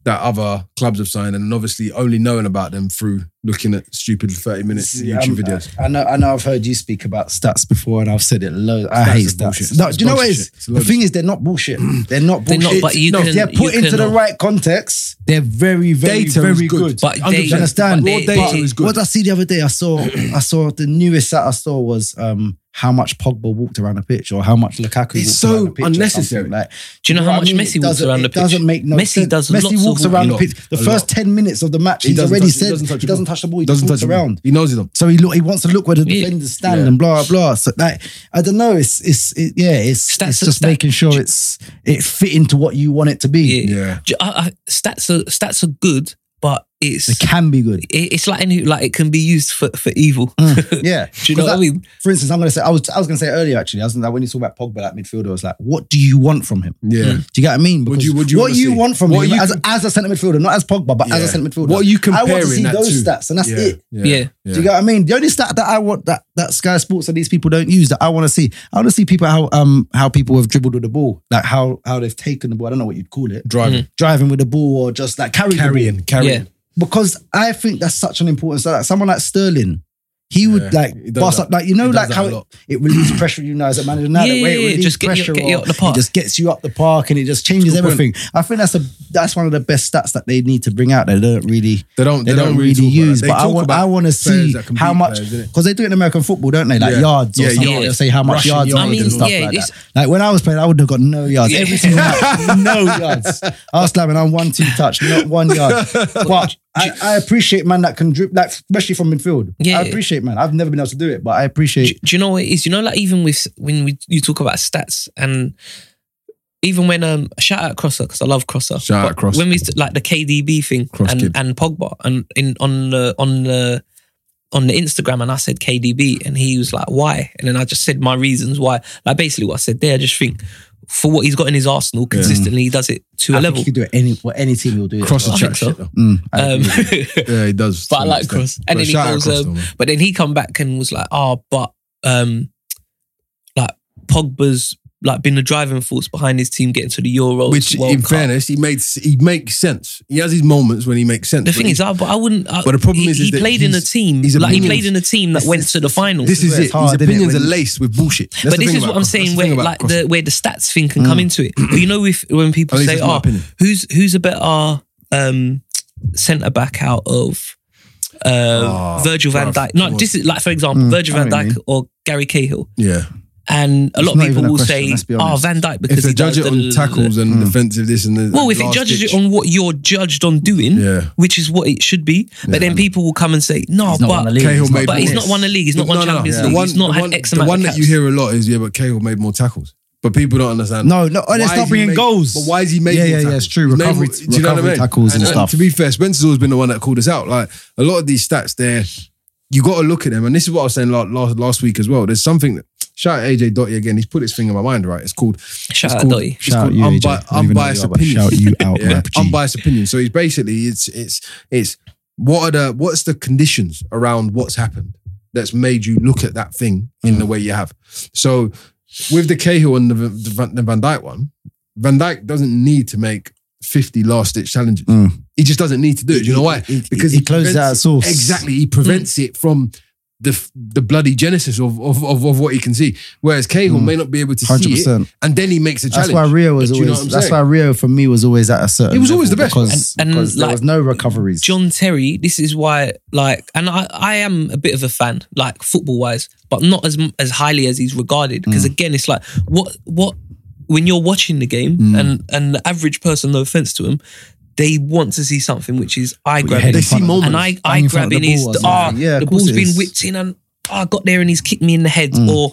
that other clubs have signed and obviously only knowing about them through looking at stupid 30 minute
See,
YouTube
I'm-
videos.
I know, I know. I've heard you speak about stats before, and I've said it loads. I
Stats
hate
are
stats.
bullshit.
No,
It's
do you know what it
bullshit.
is?
It's a load
The
of Mm.
thing is, they're not bullshit. They're not
They're not,
bullshit.
but you
no,
can-
they're put
you
into
can- uh,
the right context. They're very, very,
Data
very
is
good.
good.
But
Do you
they,
understand?
but they-
Your uh, data
but-
is good.
What did I see the other day, I saw, I saw the newest stat I saw was um, how much Pogba walked around the pitch, or how much Lukaku.
It's
walked
so
around the pitch or something
unnecessary.
Like,
Do you know
what
how
I
much
mean?
Messi
It
walks
doesn't-
around the
it
pitch?
doesn't make no
Messi
sense.
does
Messi
lots of
walks
walking.
around the
lot.
pitch. The
A
first
lot.
ten minutes of the match,
He
he's
doesn't
already
touch- he
said
doesn't touch
he
the
doesn't
ball.
touch the ball. He
Doesn't
just
touch
walks
the ball.
around.
He knows it though.
So he look, he wants to look where the
Yeah.
defenders stand
Yeah.
and blah blah. So like I don't know. It's it's it, yeah. It's
Stats-
it's just
stat-
making sure it's it fit into what you want it to be.
Yeah.
Yeah.
J- I- I- uh, stats are stats are good, but it's
It can be good.
it- it's like any like it can be used for for evil.
Yeah.
Do you know
'Cause
what I
that-
mean?
For instance, I'm gonna say I was I was gonna say earlier actually. I was like when you talk about Pogba like midfielder, I was like, what do you want from him?
Yeah.
Do you get what I mean?
Would you- would you
what
wanna
you
see?
want from
What
him
you
as,
com-
as a centre midfielder, not as Pogba, but as a
Yeah.
centre midfielder?
What are you
I want to see
comparing that
those
to?
stats, and that's
Yeah,
it.
Yeah.
Do you get what I mean? The only stat that I want that that Sky Sports and these people don't use that I want to see, I want to see people how um how people have dribbled with the ball, like how how they've taken the ball. I don't know what you'd call it, Mm.
Driving.
driving with the ball or just like carrying, the ball.
Carrying. Carrying.
Yeah.
Because I think that's such an important stat. Like someone like Sterling, he would
Yeah,
like
he does
bust
that.
up, like you know,
He does
like
that
how
a
it,
lot.
it relieves pressure. You know, as a manager now,
Yeah,
the way it
yeah, yeah.
relieves
Just get you-
pressure,
get you
or
up the park.
it just gets you up the park, and it just changes
Good point.
everything. I think that's a that's one of the best stats that they need to bring out. They don't really
They don't.
they, don't, really
talk about
use.
that. They
But I
talk
want,
about
I want to
players
see
that can
how
beat
much
players, innit?
because they do it in American football, don't they? Like
Yeah.
yards or
Yeah,
something.
yards.
They'll say how much
Rushing
yards,
yards.
I
I mean,
mean,
and stuff
yeah,
like
it's-
that. Like when I was playing, I would have got no yards.
Yeah.
Every single match, no yards. I was slamming on one two touch, not one yard. But I, I appreciate man that can drip, like especially from midfield.
Yeah.
I appreciate man. I've never been able to do it, but I
Do,
appreciate.
do you know what it is? You know, like even with when we you talk about stats and even when um shout out Crosser because I love Crosser.
Shout out
But
Crosser.
When we st- like the KDB thing
Cross
and
kid.
and Pogba and in on the on the on the Instagram and I said KDB and he was like, why? And then I just said my reasons why. Like basically what I said there, I just think for what he's got in his arsenal consistently, he does it to a
I
level.
think you do it any for any team. You'll do it.
Cross the
I
chat
think so.
shit though.
Mm, I
Um,
agree.
Yeah, he does.
But I
to an
like
extent.
Cross. And
But
then he
shout out
goes,
Cross
um,
though, man.
But then he come back and was like, "Ah, but um, like Pogba's like been the driving force behind his team getting to the Euros."
Which,
World
in
Cup."
fairness, he makes he makes sense. He has his moments when he makes sense.
the
but
thing
he-
is, I, but I wouldn't. I,
But the problem
he,
is- is
he
that
played in a
he's-
team.
he's
Like he
opinions-
played in a team that went to the finals.
this
is
is
where
it.
it's hard,
His
innit,
opinions
when
are
you-
laced with bullshit. That's
but
the
this
thing
is
about
what I'm
Cross. That's
saying,
the thing
where
about Mm.
like
Cross.
the where the stats thing can come into it. But you know, if when people
At least
say,
that's my
"Oh,
opinion.
who's who's a better um, centre back out of uh,
Oh,
Virgil Van
bruv,
Dijk?" No,
come on.
this is like for example,
Mm,
Virgil
I
Van
know what you
Dijk or Gary Cahill.
yeah.
And a
It's
lot of
not
people
even a
will
question, let's
say,
be
"Oh,
honest.
Van Dijk," because
If they
he
judge
does
it on
the-
tackles and
Mm.
defensive this and the
Well, if it
last
judges
ditch.
it on what you're judged on doing,
yeah,
which is what it should be, but
Yeah.
then people will come and say, "No,
He's not won
but
the league.
Cahill
He's not
made
but
won
he's
more.
this.
not won a league. He's not won Champions
no.
League.
The one,
he's not
the
had
one,
X
the
amount
one
of
that
caps.
you hear a lot is yeah, but Cahill made more tackles. But people don't understand.
No, no, oh,
Why
they're
is
not
he
bringing
make-
goals.
But why is he making?
Yeah, yeah,
tackles?
yeah, it's true.
He's
Recovery-
do you know what I
recovery
mean?
tackles and stuff.
To be fair, Spencer's always been the one that called us out. Like a lot of these stats, there, you got to look at them. And this is what I was saying last, last last week as well. There's something that shout out AJ Dotty again. He's put his thing in my mind. Right, it's called
Shout
it's
out
called,
Dotty.
it's called unbi- unbiased opinion. Yeah, unbiased opinion. So he's basically it's it's it's what are the what's the conditions around what's happened that's made you look at that thing in the way you have. So with the Cahill and the, the, Van, the Van Dyke one, Van Dyke doesn't need to make fifty last ditch challenges.
Mm.
He just doesn't need to do it. You know why?
Because he closes
prevents-
out source.
Exactly, he prevents
Mm.
it from. The, f- the bloody genesis of, of, of, of what he can see, whereas Cahill
Mm.
may not be able to see it,
100%.
and then he makes a
That's
challenge.
why Rio was
Do you know
always.
what I'm
That's
saying?
why Rio for me was always at a certain.
He was always
level
the best.
because,
And- and
because there
like,
was no recoveries.
John Terry, this is why, like, and I, I am a bit of a fan, like football wise, but not as as highly as he's regarded. Because
Mm.
again, it's like what what when you're watching the game,
Mm.
and and the average person, no offense to him, they want to see something which is eye grabbing.
They see moments.
and I,
Bang
I
in front
grab
of
in
the
his
ball or
ah,
something. Yeah, of
the
course
ball's
it
been
is. Mm.
whipped in and ah, I got there and he's kicked me in the head, or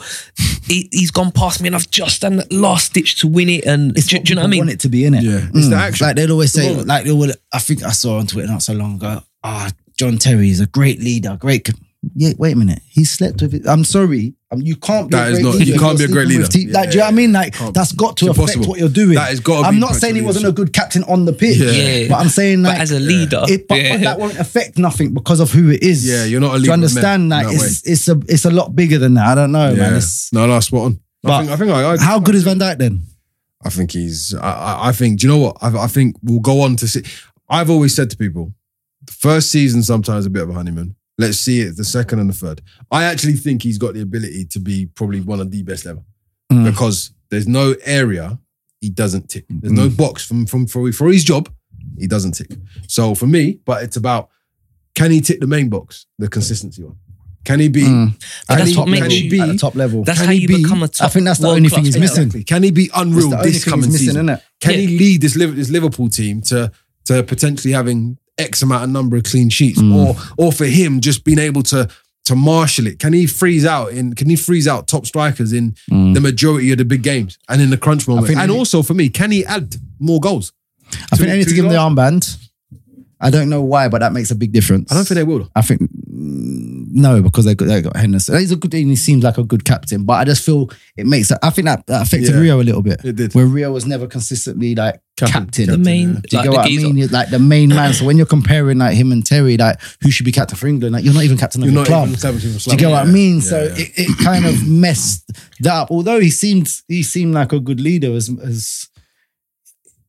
he, he's gone past me and I've just done that last ditch to win it. And do, do you know what I mean?
Want it to be in it. Mm.
Yeah, it's the action.
Like they'd always say,
moment.
like they would. I think I saw on Twitter not so long ago. Ah, John Terry is a great leader. Great. co-" Yeah, wait a minute. He slept with it. I'm sorry. Um, you can't be
That
a
is
great
not-
leader.
you
if
can't
you're
be a great
sleeping with
leader.
te- like, do you know what I mean? Like,
Can't.
that's got to
It's
affect
impossible.
what you're doing.
That has gotta be
I'm not saying he
practical
wasn't a good captain on the pitch.
Yeah.
Yeah.
But I'm saying like,
but as a leader,
it, but, but
yeah.
that won't affect nothing because of who it is.
Yeah, you're not a
Do
league
you
of
understand
men
that?
that
It's it's a it's a lot bigger than that. I don't know, man.
Yeah.
It's,
No, no, spot on. I
But
think, I think I, I,
how good is Van Dyke then?
I think he's. I, I, I think. Do you know what? I, I think we'll go on to see. I've always said to people, the first season sometimes a bit of a honeymoon. Let's see it the second and the third. I actually think he's got the ability to be probably one of the best ever
Mm.
because there's no area he doesn't tick. There's no
Mm.
box from from for, for his job he doesn't tick. So for me, but it's about can he tick the main box, the consistency one. Can he be?
Mm.
Can
that's
he,
what
can
makes
he
you-
be
At the top level.
That's
Can
how
he
you
be-
become a
I
top.
think that's the only
world-class
thing he's
player.
missing.
Exactly. Can he be
It's
unreal
the only
this
thing
coming
he's missing,
season?
isn't it?
Can
Yeah.
he lead this Liv- this Liverpool team to to potentially having X amount of number of clean sheets,
Mm.
or or for him just being able to to marshal it? Can he freeze out in? Can he freeze out top strikers in the majority of the big games and in the crunch moment?
Mm. think
And
he-
also for me, can he add more goals?
I think
Two-
they need to
two
give him the
yards?
armband. I don't know why, but that makes a big difference.
I don't think they will.
I think mm, no, because they got, they got Henderson. He's a good. He seems like a good captain, but I just feel it makes. I think that, that affected
Yeah.
Rio a little bit,
It did.
where Rio was never consistently like captain.
The main,
Do you
like,
get
the
what I
geezer.
mean? He's like the main man. So when you're comparing like him and Terry, like who should be captain for England, like you're not even captain of
You're
your
not
club.
even establishing for
Do you get what I
Slab.
mean?
Yeah,
so
yeah.
It, it kind of messed that up. Although he seemed he seemed like a good leader as as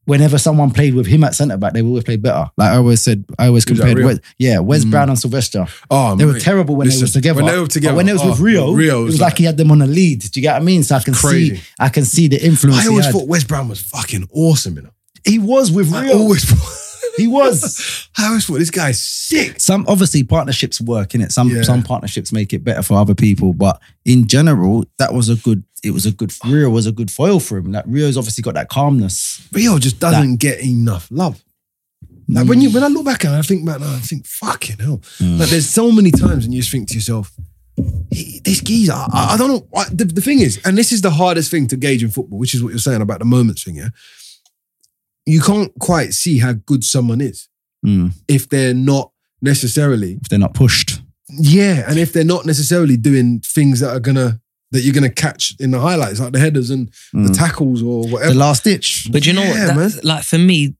whenever someone played with him at centre back, they always played better. Like I always said, I always
Who's that,
compared
Rio?
Wes, yeah, Wes
Mm.
Brown and Sylvester.
oh,
They were
mate.
terrible when
Listen,
they was together.
When they were together,
But when they was
oh,
with Rio,
Rio
it was like, he had them on a lead. Do you get what I mean? So I can
Crazy.
see I can see the influence.
I
he,
always
had.
thought West Brown was fucking awesome. You know,
he was with
I
Rio.
always thought.
he was.
I always thought this guy's sick.
Some obviously partnerships work in it. Some
Yeah.
some partnerships make it better for other people, but in general, that was a good. It was a good. Rio was a good foil for him. Like Rio's obviously got that calmness.
Rio just doesn't get enough love. Like when you when I look back and I think back, now, I think fucking hell. Like there's so many times when you just think to yourself, "He- this geezer, I, I I don't know. I, the, the thing is, and this is the hardest thing to gauge in football, which is what you're saying about the moments thing. Yeah, you can't quite see how good someone is
Mm.
if they're not necessarily
If they're not pushed,
Yeah, and if they're not necessarily doing things that are gonna that you're gonna catch in the highlights, like the headers and the
Mm.
tackles or
The
whatever.
last ditch.
But you know
Yeah,
what? That's, like for me,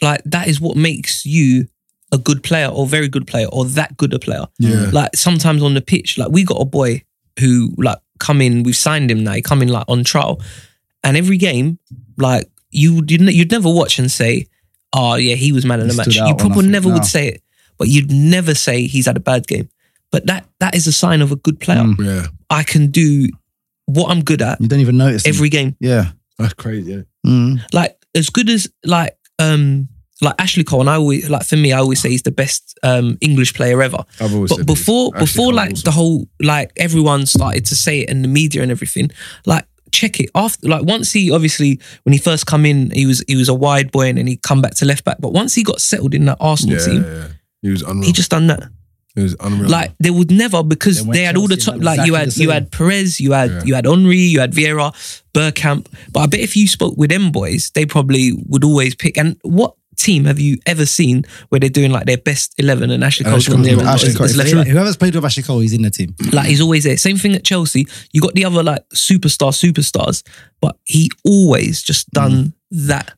like that is what makes you a good player or very good player or that good a player.
Mm.
yeah,
Like sometimes on the pitch, like we got a boy who like come in, we've signed him now, he come in like on trial. And every game, like you you'd, ne- you'd never watch and say, Oh yeah, he was man of
He
the match.
stood out
You
or
probably
nothing.
never
No.
would say it, but you'd never say he's had a bad game. But that that is a sign of a good player.
Mm.
yeah,
I can do what I'm good at
You don't even notice. them.
every game.
yeah.
that's crazy. Yeah.
Mm.
like as good as like um like Ashley Cole and I always like for me I always say he's the best um English player ever.
I've always
But
said this.
before
Ashley
before
Cole
like
also.
the whole like everyone started to say it in the media and everything, like check it after like once he obviously when he first come in he was he was a wide boy and then he come back to left back. But once he got settled in that Arsenal
yeah,
team,
yeah, yeah. he was unreal.
he just done that.
he was unreal.
Like they would never because
They
they,
went
had all the
Chelsea,
top.
man,
Like you
exactly
had
the
you
same.
had Perez, you had
Yeah.
you had Henri, you had Vieira, Burkamp. But I bet if you spoke with them boys, they probably would always pick. And what team have you ever seen where they're doing like their best eleven and Ashley
And
Cole's
Ashley
on there?
Cole's
and
not
Mm. Ashley
Ashley
it's
Cole.
Cole.
left
Whoever-
back.
Whoever's played with Ashley Cole, he's in the team.
Like he's always there. Same thing at Chelsea. You got the other like superstar superstars, but he always just done that.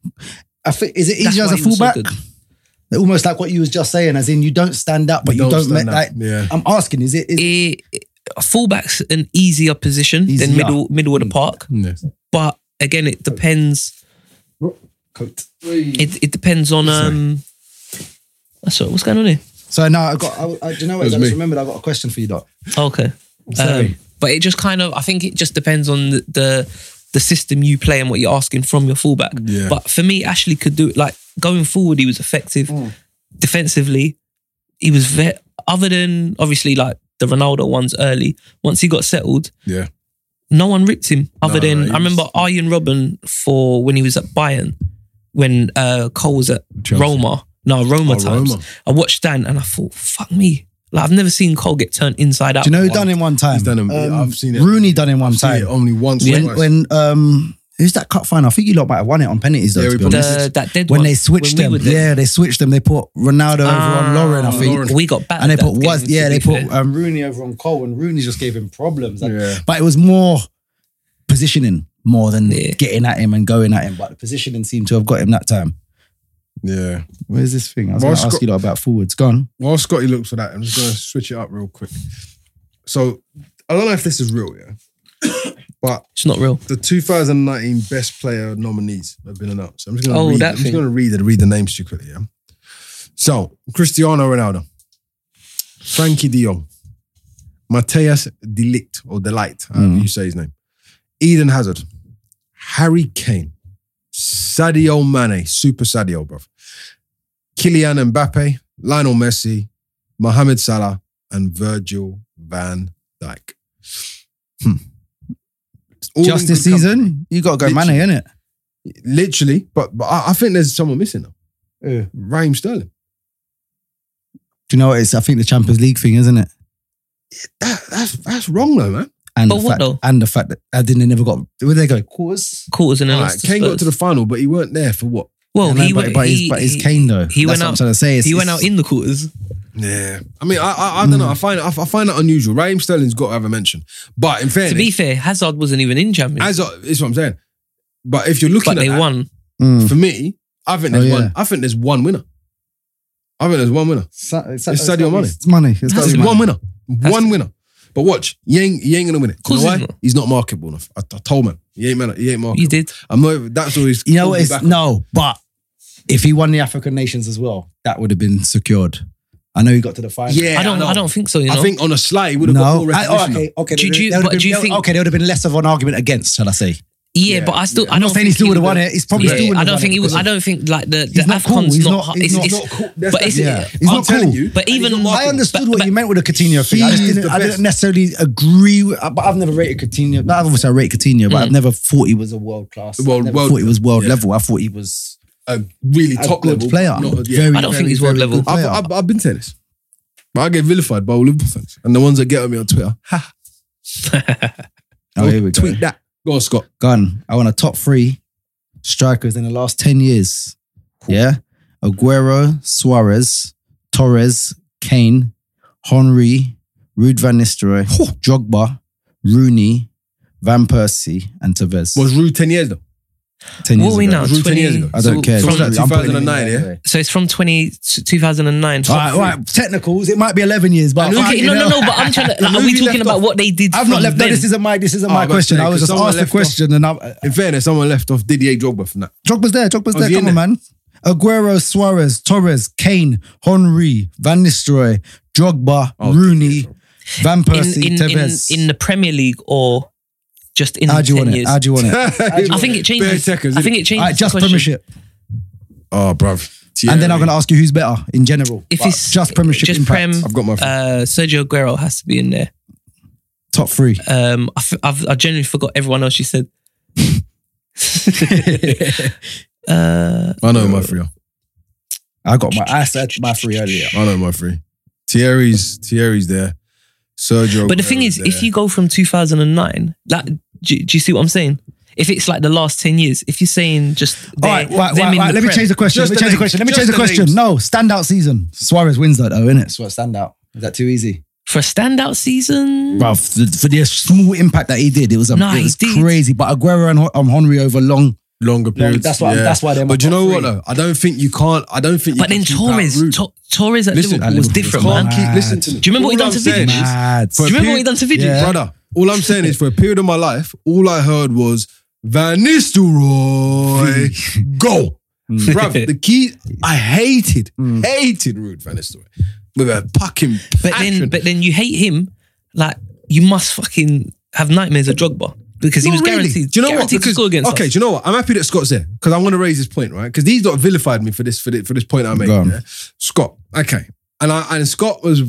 I think is it
That's
easier Mm. as
why
a
he was so
fullback?
good.
Almost like what you was just saying, as in you don't stand up, but you don't,
stand
make,
out.
like.
yeah,
I'm asking, is it? Is,
It, fullback's an easier position
Easier. Mm.
than middle middle of the park,
yeah.
but again, it depends.
Coat.
It, it depends on um. That's all. What's going on here?
So now I got. I, I, do you know what? I
was
just
me.
remembered I got a question for you, Doc.
Oh, Okay.
Sorry.
Um, but it just kind of, I think it just depends on the, the the system you play and what you're asking from your fullback.
Yeah.
But for me, Ashley could do it. Like going forward, he was effective. Defensively, he was ve Other than obviously like the Ronaldo ones early, once he got settled,
Yeah.
no one ripped him.
No,
Other than
no, he
I remember Arjen Robin for when he was at Bayern, when uh, Cole was at
Chelsea.
Roma. No, Roma
Oh,
times.
Roma.
I watched Dan and I thought, fuck me. Like I've never seen Cole get turned inside out.
Do you know who
once.
done in one time?
He's done him.
Um,
I've seen it.
Rooney done in one
I've seen it Oh,
time.
only once. or
When,
twice.
when um, who's that cup final? I think you lot might have won it on penalties though.
Yeah,
to
we
be
probably
honest.
the, that dead
when
one,
they switched
when we were
them,
there.
yeah, they switched them. They put Ronaldo over on Lauren, I
Ah,
think.
Lauren.
we got back,
And they
that
put
game,
was
to
yeah
be
they put
fair.
um, Rooney over on Cole and Rooney just gave him problems. Like,
yeah,
But it was more positioning more than
Yeah.
getting at him and going at him. But the positioning seemed to have got him that time.
yeah.
Where's this thing? I was
Well,
going to
Scott-
ask you lot about forwards. Gone.
While Scotty looks for that, I'm just gonna switch it up real quick. So I don't know if this is real, yeah, but
It's not real.
the 2019 best player nominees have been announced. I'm just gonna
Oh,
read.
that
I'm just
thing.
gonna read it, read the names to you quickly. Yeah. So Cristiano Ronaldo, Frankie De Jong, Mateus Delict or Delight, however
Mm.
you say his name, Eden Hazard, Harry Kane, Sadio Mane, Super Sadio, bro, Kylian Mbappe, Lionel Messi, Mohamed Salah, and Virgil Van Dijk. Hmm. All
Just
in
this
good company.
season, you got to go Mane, innit?
Literally, but but I, I think there's someone missing though.
Yeah.
Raheem Sterling.
Do you know what? It's, I think the Champions League thing, isn't it?
That, that's that's wrong though, man.
And
But
the
what
fact,
though?
And the fact that I didn't, they never got, where they go? Quarters?
Quarters and then
All right,
lost to
Kane got
Spurs.
to the final, but he weren't there for what?
well,
Yeah,
he,
no, but,
went,
but,
he,
he's, but he's
he-
Kane though.
he
That's
went
what I'm
out-
trying to say. It's-
He went
it's-
out in the quarters.
Yeah, I mean, I I, I don't know. I find I, I find that unusual. Raheem Sterling's got to have a mention, but in fairness,
To be fair, Hazard wasn't even in Champions,
as I, it's what I'm saying. But if you're looking
but
at
they
that,
won.
Mm.
for me, I think there's
Oh, yeah.
one. I think there's one winner. I think there's one winner.
Sa- Sa-
It's Sadio Mane.
It's money. It's
That's
There's
Sadio
it.
one
Mane.
winner. One winner. But watch, he ain't, he ain't gonna win it. You
course
know
he's
why?
not.
He's not marketable enough. I, I told man, he ain't man. He ain't marketable.
You did.
I'm not. even- That's always.
You know what? It's,
back on.
no, but if he won the African Nations as well, that would have been secured. I know he got to the final.
Yeah,
I don't.
know.
I don't think so. You know.
I think on a sly, he would have got
No.
more
I,
recognition.
oh, okay. Okay.
Do you-
there
do you-
would have
but
been-
do you
there-
think-
okay, there would have been less of an argument against, shall I say?
yeah,
yeah,
but I still.
yeah.
I
I'm
don't
not saying he
think
still would have
would've-
won it. He's probably still
Yeah,
would
I
have
don't
won
think
it
he was. I don't
because
think like the the
He's not cool.
Afcon's
He's
not.
not-
it's-
he's
it's-
not cool. That's-
But it's
that's-
yeah.
yeah.
He's
I'm
not
telling
cool.
you.
But even
he's not
I
marketable.
understood
But-
what you
but-
meant with the Coutinho thing. I,
He
just
is
didn't,
the
I
best.
didn't necessarily agree with, but I've never rated Coutinho. No, obviously, I rate Coutinho, but I've never thought he was a world class.
Mm. World-
I never
world-
thought he was world
yeah.
level. I thought he was.
a really
A
top
good
level
player.
Not,
Very,
I don't
very,
think he's world
very
level.
good
I've,
player.
I've, I've been saying this, but I get vilified by all Liverpool fans and the ones that get at me on Twitter. Ha!
Oh, here we go.
tweet that. Go on, Scott.
Gun. I want a top three strikers in the last 10 years. Yeah. Aguero, Suarez, Torres, Kane, Henry, Ruud van Nistelrooy, Drogba, Rooney, Van Persie, and Tevez.
Was Rue 10 years though?
10
What
years
are we
ago.
now?
It was
20,
10 years ago.
I don't
so
care.
from
From,
that
I'm putting
2009,
it in
yeah?
there.
so it's from 20, 2009.
All right, all right. Technicals. It might be 11 years, but
No,
fucking
no, no,
hell.
no, but I'm trying to. Like, are
Movie
we talking
left
about
off.
what they did?
I've not
from
left. No,
then?
this isn't my. This isn't
Oh,
my
I'm
question.
saying,
I was
'cause
just
someone
asked the
left
question, and I,
In fairness, someone left off Didier Drogba from that.
Drogba's there. Drogba's
Oh,
Was
there.
he
Come
in
on, man. Aguero, Suarez, Torres, Kane, Henry, Van Nistelrooy, Drogba,
Oh,
Rooney,
Drogba.
Van Persie,
in, in, in,
Tevez.
in the Premier League or just in
How
the
do you
10
want it?
years?
How do you want it?
I think it
Bare
changes.
seconds,
I
innit?
think it changes.
All right,
the
just
question.
Premiership.
Oh, bruv.
And then I'm
Thierry.
going to ask you who's better in general.
If
But
it's
just Premiership
just
impact.
Prem,
I've got my.
uh, Sergio Aguero has to be in there.
Top three.
Um, I, f- I've, I genuinely forgot everyone else you said. uh,
I know my three.
I got my. I said my three earlier.
I know my three. Thierry's Thierry's there. Sergio.
but the thing is,
Aguero's
if
there.
you go from 2009, like, do, do you see what I'm saying? If it's like the last 10 years, if you're saying just
All
their,
right, right,
them
right,
in
right.
the
Let me
Prem,
change the question.
Just
Let me
the
change
names.
the question. Let me
Just
change the
the
question.
names.
No, standout season. Suarez wins that though, innit? Suarez standout. Is that too easy?
for a standout season.
Bro, for the, for the small impact that he did, it was, a,
No,
it
he
was
did.
crazy. But Aguero and Ho- um, Henry over long.
longer periods.
that's why- that's why they're my
But you
top
know what
three.
though? I don't think you can't. I don't think. You
but
can
then
keep
Torres,
out Ruud.
to, Torres at
Listen,
Liverpool was
you
different,
can't
man.
Keep, listen to me.
Do you remember what he
All
done to
I'm saying
Vidic?
is-
Mad.
For
Do
a
you remember what
period-
he done to Vidic?
Yeah.
brother? All I'm saying is, for a period of my life, all I heard was Van Nistelrooy go. Bruv, the key I hated,
Mm.
hated Ruud Van Nistelrooy with a fucking
But then,
passion.
but then you hate him. Like you must fucking have nightmares of Drogba because he
Not
was
really.
guaranteed.
Do you know what?
guaranteed to
Because-
score against
okay,
us.
do you know what? I'm happy that Scott's there because I'm going to raise this point, right? Because he's not vilified me for this for this, for this point I made.
Go on.
yeah? Scott, okay, and I and Scott was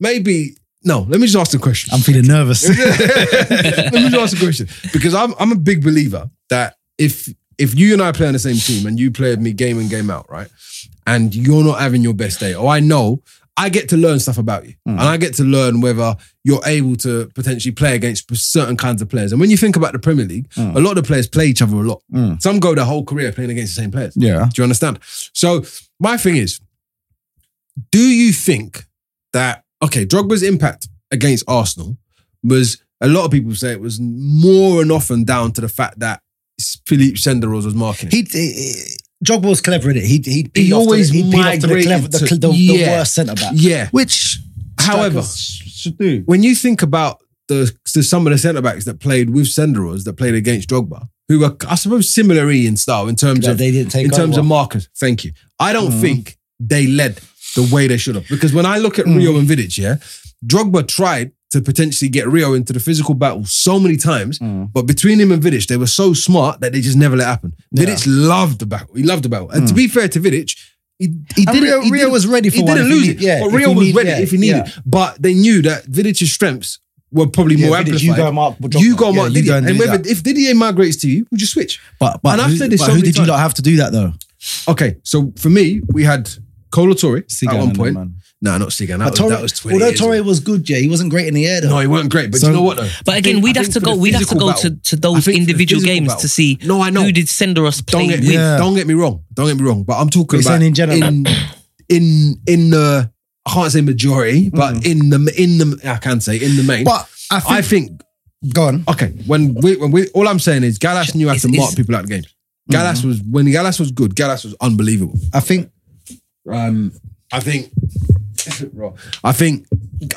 maybe no. Let me just ask the question.
I'm feeling nervous.
Let me just ask a question because I'm I'm a big believer that if if you and I play on the same team and you play with me game in game out, right, and you're not having your best day, or I know. I get to learn stuff about you, and I get to learn whether you're able to potentially play against certain kinds of players. And when you think about the Premier League, a lot of the players play each other a lot.
Mm.
Some go their whole career playing against the same players.
yeah.
Do you understand? So my thing is, do you think that okay, Drogba's impact against Arsenal was a lot of people say it was more and often down to the fact that Philippe Senderos was marking. him.
He, he Jogba was clever in it. He he
He
he
always
always he off to the,
migrated
clever, the,
to-
cl- the, the
yeah.
worst centre back.
yeah.
Which,
However,
strikers should do.
when you think about the, the some of the centre backs that played with Senderos that played against Drogba, who were I suppose similar in style in terms
That
of
they Mm. didn't take
in terms
over.
of markers. Thank you. I don't think they led the way they should have because when I look at Rio
Mm.
and Vidic, yeah, Drogba tried to potentially get Rio into the physical battle so many times,
Mm.
but between him and Vidic, they were so smart that they just never let it happen. Vidic loved the battle. He loved the battle, and to be fair to Vidic. He, he
Mm. And
didn't,
Rio-
he
Rio
didn't-
was ready for
He
one
didn't
if he
lose
need-
it,
yeah,
but
if he
Rio was
need-
ready
yeah,
if he needed.
yeah.
But they knew that Vidic's strengths were probably
Yeah,
more
Vidic,
amplified.
you go mark Drogba.
You go
Yeah,
mark
you
Didier.
go and
and
do
whether,
that.
if Didier migrates to you, would you switch?
But but
And I've
who,
said this
but
so
who
many
did you
times.
not have to do that though?
Okay, so for me, we had Cola Torre at
Sigan
one
and
point.
them, man.
No, not Sigan. That, was,
Torre-
that was 20
although
years
Torre
ago.
was good, yeah, he wasn't great in the air though.
No, he weren't great, but
So-
you know what though?
But
I
again,
think-
we'd
I
have
think
to
for
go.
the
We'd have to
physical
go
battle-
to, to
I
those
think for the
individual
physical
games
battle-
to see
No, I know.
who did Senderos
Don't
play
get,
with.
me,
Yeah.
don't get me wrong. Don't get me wrong. But I'm talking
You're
about
saying in general?
in in in the I can't say majority, but
Mm-hmm.
in the in the I can say in the main.
But I
I
think,
think
go on.
okay when we when we all I'm saying is Gallas knew how
It's-
to mark
it's- Mm-hmm.
people out of the game. Gallas was when Gallas was good. Gallas was unbelievable.
I think
Um, I think. I think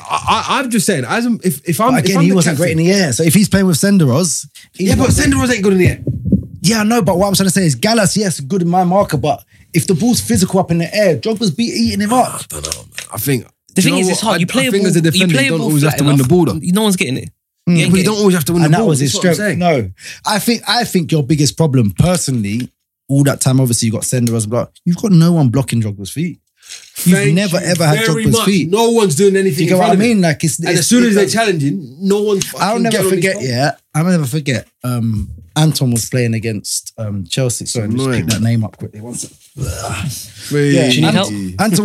I, I, I'm just saying. As I'm, if if I'm
but
if
again,
I'm
he
the
wasn't
captain-
great in the air. So if he's playing with Senderos, he's
Yeah,
not
but Senderos ain't good in the air.
Yeah, I know, but what I'm trying to say is Gallas, yes, good in my marker, but if the ball's physical up in the air, Drogba's be eating him up.
I don't know. Man. I think
The
Do
thing
know
is,
what?
it's hard.
I-
You play
I
a
think
ball.
as a
you
defender, you
play a
don't
ball
always have
flat
to win the
enough,
ball. Though.
No one's getting it. You ain't
But you
getting
don't always have to win
And
the
that
ball.
was his
That's what I'm
strength.
saying.
No, I think I think your biggest problem, personally, all that time, obviously, you got Senderos, but you've got no one blocking Drogba's feet. You've
Thank
never
you
ever had
very
Drogba's
much.
feet.
No one's doing anything.
Do you get
in
what I
front of
mean?
him.
Like it's,
And
it's-
as soon as
it
they're
does-
challenging, no one.
I'll
fucking
never
get on his
forget.
goal.
Yeah, I'll never forget. Um, Anton was playing against um, Chelsea. Sorry, just
Annoying.
pick that name up quickly. One second.
Wait,
Do you need
Ant-
help?
Anton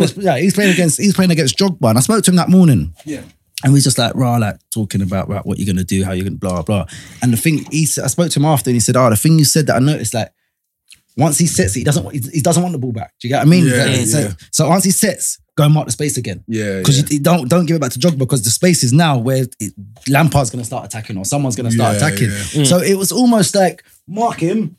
was yeah, he's playing against he's playing against Jogba, and I spoke to him that morning.
Yeah.
And we just like rah, like talking about right, what you're gonna "Ah, do, how you're gonna blah blah. And the thing he, said- I spoke to him after, and he said, "Oh, the thing you said that I noticed, like Once he sets it, he doesn't he he doesn't want the ball back. Do you get what I mean?
Yeah,
That- so,
yeah.
so once he sets, go and mark the space again.
Yeah,
Because
yeah.
you, you don't don't give it back to Jogba because the space is now where it, Lampard's going to start attacking or someone's going to start
Yeah,
attacking.
yeah.
So it was almost like mark him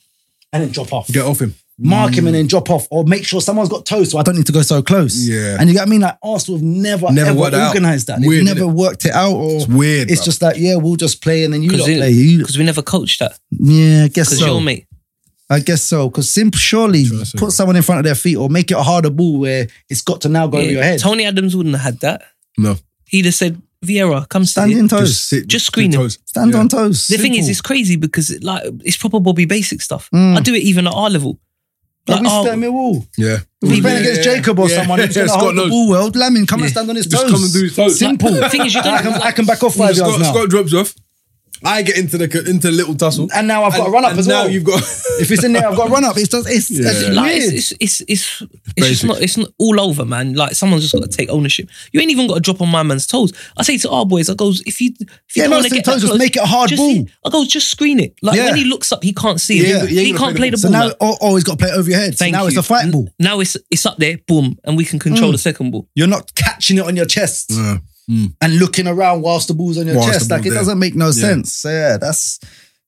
and then drop off
get off him.
mark
Mm.
him and then drop off, or make sure someone's got toes so I don't need to go so close.
Yeah.
And you get what I mean? Like Arsenal have never,
Never worked
ever
out.
organised that.
Weird,
They've never
innit?
worked it out or
It's weird.
it's
bruv.
just like, yeah, we'll just play and then you lot play. You,
Because we never coached that.
yeah, I guess
Because
so.
you're mate.
I guess so. Because simp surely
Sure, so.
put someone in front of their feet or make it a harder ball where it's got to now go over
Yeah.
your head.
Tony Adams wouldn't have had that.
no.
He'd have said, Vieira, come stand
Stand
in.
in toes.
Just sit.
Just screen him.
toes.
Stand
Yeah.
on toes.
The thing is,
Simple.
it's crazy because it, like it's proper Bobby Basic stuff.
Mm.
I do it even at our level.
Like,
Like,
we
oh,
stand Millwall.
Yeah.
If we're playing against Jacob or
Yeah.
someone who's
Yeah,
going to
Scott
hold the
knows.
ball well, Lamin, come and
Yeah.
stand on his
Just
toes.
come and do his toes.
Simple.
the thing is, you don't
I, can, I can back off five yards
Scott,
now.
Scott drops off. I get into the into the little tussle.
And now I've got a run up
and
as
now
well.
you've got.
if it's in there, I've got a run up. It's just it's,
Yeah.
it's
like,
weird.
it's, it's, it's, it's, it's just
basics.
not, it's not all over, man. Like, someone's just got to take ownership. You ain't even got to drop on my man's toes. I say to our boys, I goes, if you, if you
Yeah,
don't
no,
want to
so
get
toes,
that
just
close,
make it a hard
just
ball.
see- I go, just screen it. Like,
Yeah.
when he looks up, he can't see
Yeah,
it.
yeah,
he
you're gonna
can't play
play
the
the
ball.
so now,
man.
oh, oh, he's got to play it over your head. So
Thank
now it's
you.
a fight ball.
N- Now it's it's up there, boom, and we can
Mm.
control the second ball.
You're not catching it on your chest
Yeah.
and looking around whilst the ball's on your
Mm. Whilst the
chest. Like
ball's
it
there.
doesn't make no
Yeah.
sense. So yeah, that's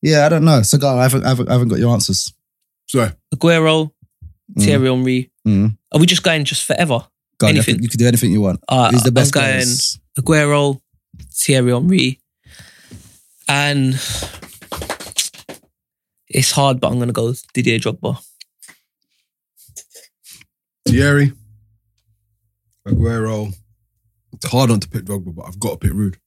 yeah. I don't know. So I haven't, I haven't, I haven't got your answers.
Sorry.
Aguero,
Mm.
Thierry Henry.
Mm.
Are we just going just forever?
Go on,
Anything.
You can do anything you want.
Uh,
Who's the best
I'm going
players?
Aguero, Thierry Henry, and it's hard, but I'm going to go with Didier Drogba.
Thierry, Aguero. It's hard not to pick Drogba, but I've got to pick Rude.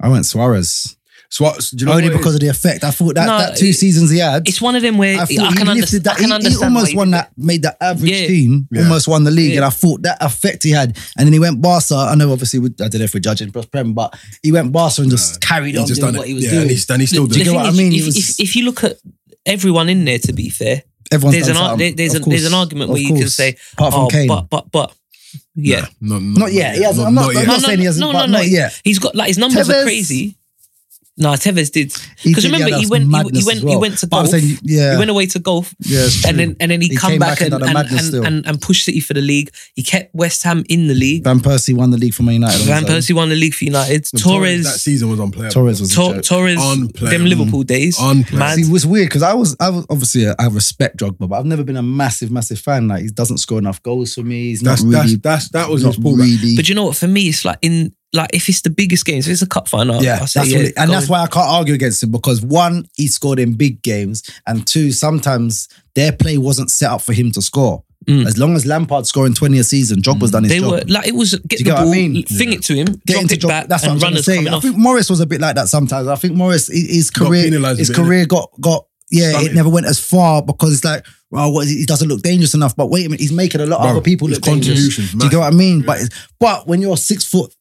I went Suarez
Suarez, do you know
only
what it
because
is?
of the effect. I thought that,
No,
that two
it-
seasons he had.
It's one of them where I,
I thought
can,
he
under-
lifted that.
I can
he-
understand.
he
why
almost
he
won
did
that, made that average
Yeah.
team
Yeah.
almost won the league,
Yeah.
and I thought that effect he had. And then he went Barca. I know, obviously, we, I don't know if we're judging plus Prem, but he went Barca and just carried
He's
on
just
doing
done
what
it.
he was
yeah,
doing.
And he's, and he's still
The
doing
you
it.
know
thing
what I
is,
mean? It
If,
was-
if, if you look at everyone in there, to be fair,
Everyone's
there's
done
an ar-
something,
there- there's
um, of
an- there's an
course,
argument
of
where you can
course.
say,
apart from
oh,
Kane,
but but but yeah.
No, no,
not yet. He hasn't. I'm not, I'm not
No, no,
saying he hasn't.
no,
but
no, no.
Not yet.
He's got like his numbers
Tevez-
are crazy. Nah, Tevez did
He
because
did, yeah,
remember
that
he
was
went he- he,
madness
went
as well.
he went to
But I'm
golf.
saying, yeah,
He went away to golf
yeah, it's
and
true.
then and then he,
He
come
came
back,
back
and
and done a
and,
madness
and,
still.
and and pushed City for the league. He kept West Ham in the league.
Van Persie won the league for Man United.
Van
also.
Persie won the league for United.
No, That
Torres,
season was unplayable.
Torres was a
Tor-
joke.
Torres, them
Unplayable.
Liverpool days.
Unplayable.
Mad.
See, it was weird because I was, I was obviously I respect Drogba, but I've never been a massive, massive fan. Like he doesn't score enough goals for me. He's
That's,
not really
that's, that's, that was
not
his pullback.
really.
But you know what? For me, it's like in like if it's the biggest game, if it's a cup final,
yeah,
I'll
that's
say
what
yeah,
it- and
go
that's
with-
why I can't argue against him because one, he scored in big games, and two, sometimes their play wasn't set up for him to score.
Mm.
As long as Lampard scoring twenty a season, Jogba's done his
they
job.
were like it was get the
you get what I
ball,
mean?
thing it to him, drop
Getting
it
to Drogba-
back,
that's what I'm
and
trying to
runners
say.
coming
I
off.
think Morris was a bit like that sometimes. I think Morris, his, his
Got
career,
penalised a
his
bit,
career got got yeah,
Stunted.
it never went as far because it's like, well, what is it? he doesn't look dangerous enough. But wait a minute, he's making a lot of
Bro,
other people
his
look dangerous.
contributions,
Do you get what I mean? But it's, but when you're six foot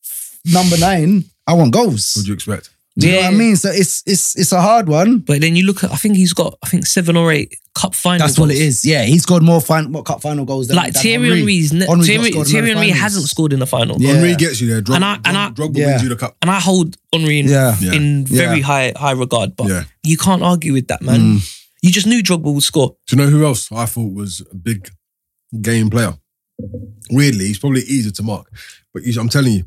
number nine, I want goals.
What do you expect?
Do you know what
Yeah.
I mean? So it's it's it's a hard one.
But then you look at, I think he's got, I think seven or eight cup finals.
That's what it is. Yeah, he scored more fin- what cup final goals than
Like
than
Thierry
Henry.
Henry's, ne-
Henry's not
Thierry,
scored in
Thierry
the
Henry
finals.
hasn't scored in the final,
Yeah.
Henri gets you there. Drogba,
And I- and I-
Drogba
Yeah.
wins you the cup.
and I hold Henry in,
Yeah.
Yeah.
in
Yeah. Mm.
very high high regard. But
Yeah.
you can't argue with that, man. You just knew Drogba would score.
Do you know who else I thought was a big game player? Weirdly, he's probably easier to mark. But you- I'm telling you,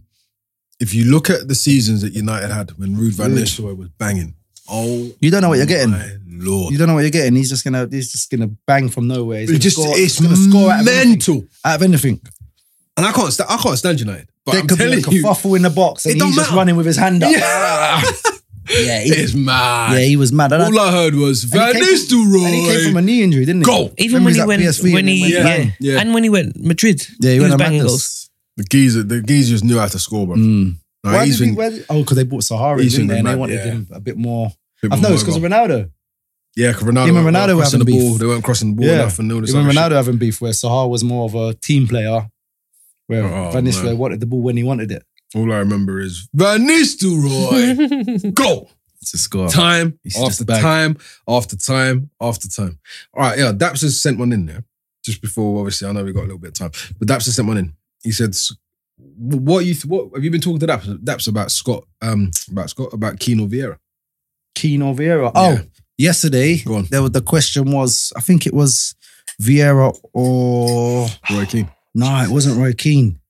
if you look at the seasons that United had when Ruud van
Ruud.
Nistelrooy was banging, oh,
You don't know what you're getting.
my Lord,
You don't know what you're getting. He's just gonna he's just gonna bang from nowhere. He's
it's
gonna
just
score,
it's
he's gonna score out of anything.
mental.
Out of anything.
And I can't sta- I can't stand United. But
There
I'm
could be
telling
like a
you,
fuffle in the box and
It don't
he's just
matter.
running with his hand up.
yeah,
Yeah, he,
it's mad.
yeah, he was mad. And, I-
All I heard was Van
and he came from- and he came from
Nistelrooy.
a knee injury, didn't he?
Go.
Even when he
Remember
went,
he's at PSV
when
and
he,
then went
yeah.
bang.
Yeah.
and when he went Madrid,
Yeah, he
was
went a
banging
madness.
goals.
The geezer, the geezers knew how to score, bro.
Mm.
No,
Why
he's
did he,
been-
where did- oh, because they bought Sahari,
he's
didn't
been
they? And they
mad,
wanted
yeah.
him a bit more.
bit
I've
more
noticed because
mobile.
of Ronaldo.
Yeah, 'cause Ronaldo,
Him and
weren't
Ronaldo were
crossing
having
the ball.
beef.
They weren't crossing the ball
Yeah.
enough and all this
Even
other
Ronaldo having beef where Sahar was more of a team player, where
Oh,
Van Nistelrooy
man.
wanted the ball when he wanted it.
shit. All I remember is Van Nistelrooy, go
It's a score.
time
He's
after
just back.
time after time after time. All right, yeah, Daps has sent one in there just before. Obviously, I know we got a little bit of time, but Daps has sent one in. He said, "S- "What you th- what have you been talking to Daps, Daps about Scott um about Scott about Keno Vieira?
Keen or Vieira. Oh,
Yeah.
yesterday
Go on.
there was the question was I think it was Vieira or
Roy Keane.
no, it wasn't Roy Keane.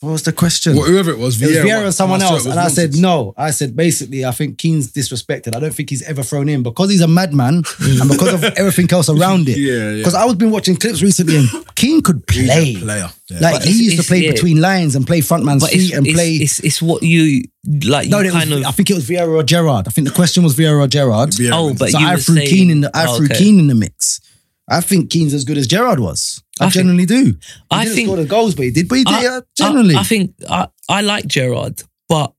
What was the question?
Well, whoever it was,
It was
Vieira.
Vieira or
was-
someone
I saw it
else.
was
And I said,
nonsense.
no. I said, basically, I think Keane's disrespected. I don't think he's ever thrown in because he's a madman and because of everything else around it.
Yeah, yeah.
Because I've been watching clips recently and Keane could
He's a
play.
player. Yeah.
Like,
But
he
it's-
used to
it's-
play
yeah.
between lines and play front man's
But it's,
feet and
it's,
play.
it's, it's what you like.
no,
you
it was-
kind
I
of.
think it was Vieira or Gerard. I think the question was Vieira or Gerard.
Vieira
oh,
was-
but
so
you
I
were
threw
saying-
Keane in the I
Oh,
threw
okay.
Keane in the mix. I think Keane's as good as Gerard was. I,
I think-
generally do. He
I
didn't
think-
score the goals, but he did. But he did
I-
yeah, generally.
I, I think I, I like Gerard, but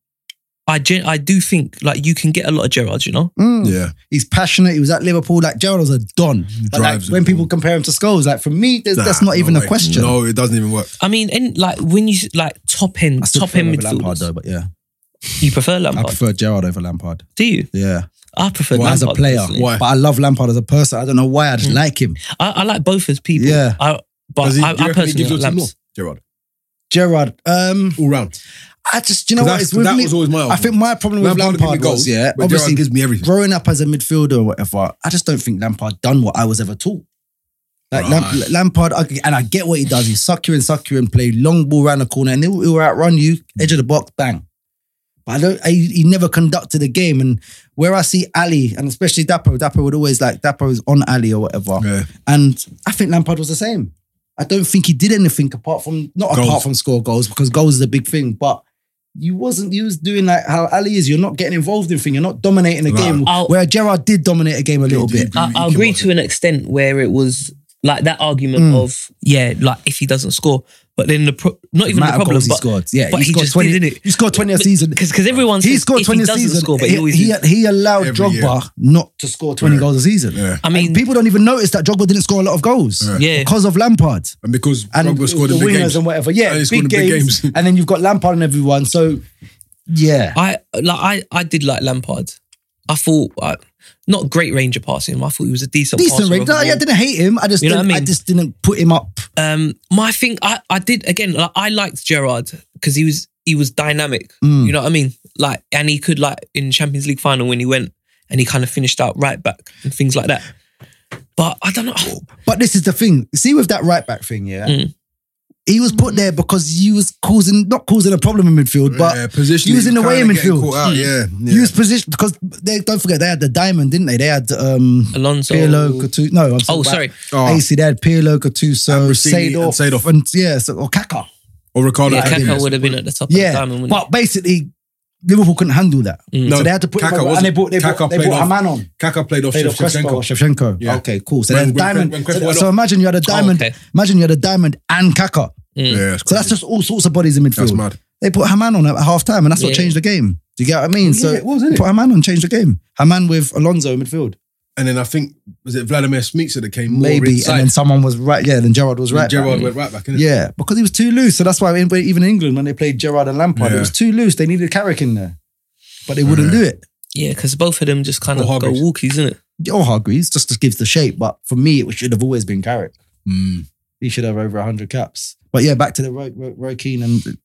I gen- I do think like you can get a lot of Gerrards, you know.
Mm.
Yeah.
He's passionate. He was at Liverpool. Like Gerald was a don. But like,
drives it
when people
all.
compare him to Scholes, like for me, there's,
Nah,
that's not
no
even a
way.
question.
No, it doesn't even work.
I mean, and like when you s- like top end,
I still
top
prefer him
end
over Lampard
midfielders,
though, but yeah,
you prefer
I
Lampard?
prefer Gerald over Lampard.
do you?
Yeah,
I prefer
as a
Lampard
player,
personally.
Why?
but I love Lampard as a person. I don't know why. I
Hmm.
just like him.
I, I like both as people.
Yeah.
I, but
Does he,
I,
do you
I
reckon he
personally
gives
like
us more?
Lamps.
Gerard.
Gerard. Um,
All round.
I just you know
Because
what?
that's-
It's with
that
me.
was always my
I think my problem with
Lampard would
Lampard,
give me
was
goals,
yeah,
but
obviously
Gerrard gives me everything.
growing up as a midfielder or whatever. I just don't think Lampard done what I was ever taught. Like Lamp-
Right.
Lampard, I- and I get what he does. He suck you and suck you and play long ball round the corner, and he'll, he'll outrun you
Hmm.
edge of the box, bang. But I don't. I, he never conducted a game, and where I see Ali and especially Dapo, Dapo would always like Dapo's on Ali or whatever.
Yeah.
And I think Lampard was the same. I don't think he did anything apart from not
Goals.
apart from score goals because goals is a big thing, but. You wasn't. You was doing like how Ali is. You're not getting involved in thing. You're not dominating the
Right.
game.
I'll-
Where Gerard did dominate a game a little
He- he-
bit.
I,
he
I
came
agree
up
to an extent where it was like that argument
Mm.
of yeah, like if he doesn't score, but then the pro- not even the
Amount of
problem,
goals he
but
scored. Yeah,
but he
scored
just did, didn't he?
He scored twenty a season.
because everyone
He
says
scored
if
twenty
he
a
doesn't
season.
score, but he,
he,
always
he,
did.
he allowed
Every
Drogba
year.
not to score twenty
Yeah.
goals a season.
Yeah.
I
I mean,
mean,
people don't even notice that Drogba didn't score a lot of goals
Yeah.
because of Lampard
And because
and
Drogba scored
the
in big
wingers
games.
and whatever. Yeah,
And he
big,
scored in
games,
big games.
and then you've got Lampard and everyone. So yeah,
I like I I did like Lampard. I thought uh, not great range of passing. I thought he was a decent
decent
passer
rate. No,
overall.
yeah, I didn't hate him. I just
You know
didn't,
what
I,
I mean?
just didn't put him up.
Um, my thing, I, I did again. Like, I liked Gerard because he was he was dynamic.
Mm.
You know what I mean? Like, and he could like in Champions League final when he went and he kind of finished out right back and things like that. But I don't know.
But this is the thing. See, with that right back thing, yeah,
Mm.
he was put there because you was causing not causing a problem in midfield, but
yeah, positioning.
he was in the way in
kinda getting
midfield.
caught Out. Yeah. yeah.
Use position because they don't forget they had the diamond, didn't they? They had um
Alonso.
Pirlo, Gattuso. No, I'm
oh,
about-
sorry.
Oh,
AC, they had Pirlo, Gattuso,
And Rossini and
Seedorf, and,
Seedorf.
yeah, so, or Kaka.
or Ricardo.
Yeah,
Martinez.
Kaka would have been at the top of the
Yeah,
diamond. wouldn't
but basically Liverpool couldn't handle that,
Mm.
so
No,
they had to put him
Kaka
over, and
wasn't-
they brought they
Kaka
brought, they
played
brought a
off-
man on.
Kaka played off
Played off Crespo or
Shevchenko.
Shevchenko.
Yeah.
Okay, cool. So
When- when
then
Cre-
diamond.
when Crespo
so,
went
so
off. Oh,
imagine you had a diamond.
Oh, okay.
Imagine you had a diamond and Kaka.
Mm.
Yeah, it's
So that's
crazy.
just all sorts of bodies in midfield.
That's mad.
They put Haman on at half time, and that's what
Yeah.
changed the game. Do you get what I mean? so
it was, innit?
put Haman on, changed the game. Haman with Alonso in midfield,
And then I think was it Vladimir Smica that came more
maybe,
inside.
and then someone was right. Yeah, then Gerard was right.
Gerard went right back. Innit?
Yeah, because he was too loose. So that's why in- even in England, when they played Gerard and Lampard, it
Yeah.
was too loose. They needed Carrick in there, but they wouldn't do it.
Yeah, because both of them just kind
Or
of go
Hargreaves.
walkies, isn't it?
Or Hargreaves just, just gives the shape. But for me, it should have always been Carrick.
Mm.
He should have over 100 caps. But yeah, back to the Roy, Roy, Roy Keane. And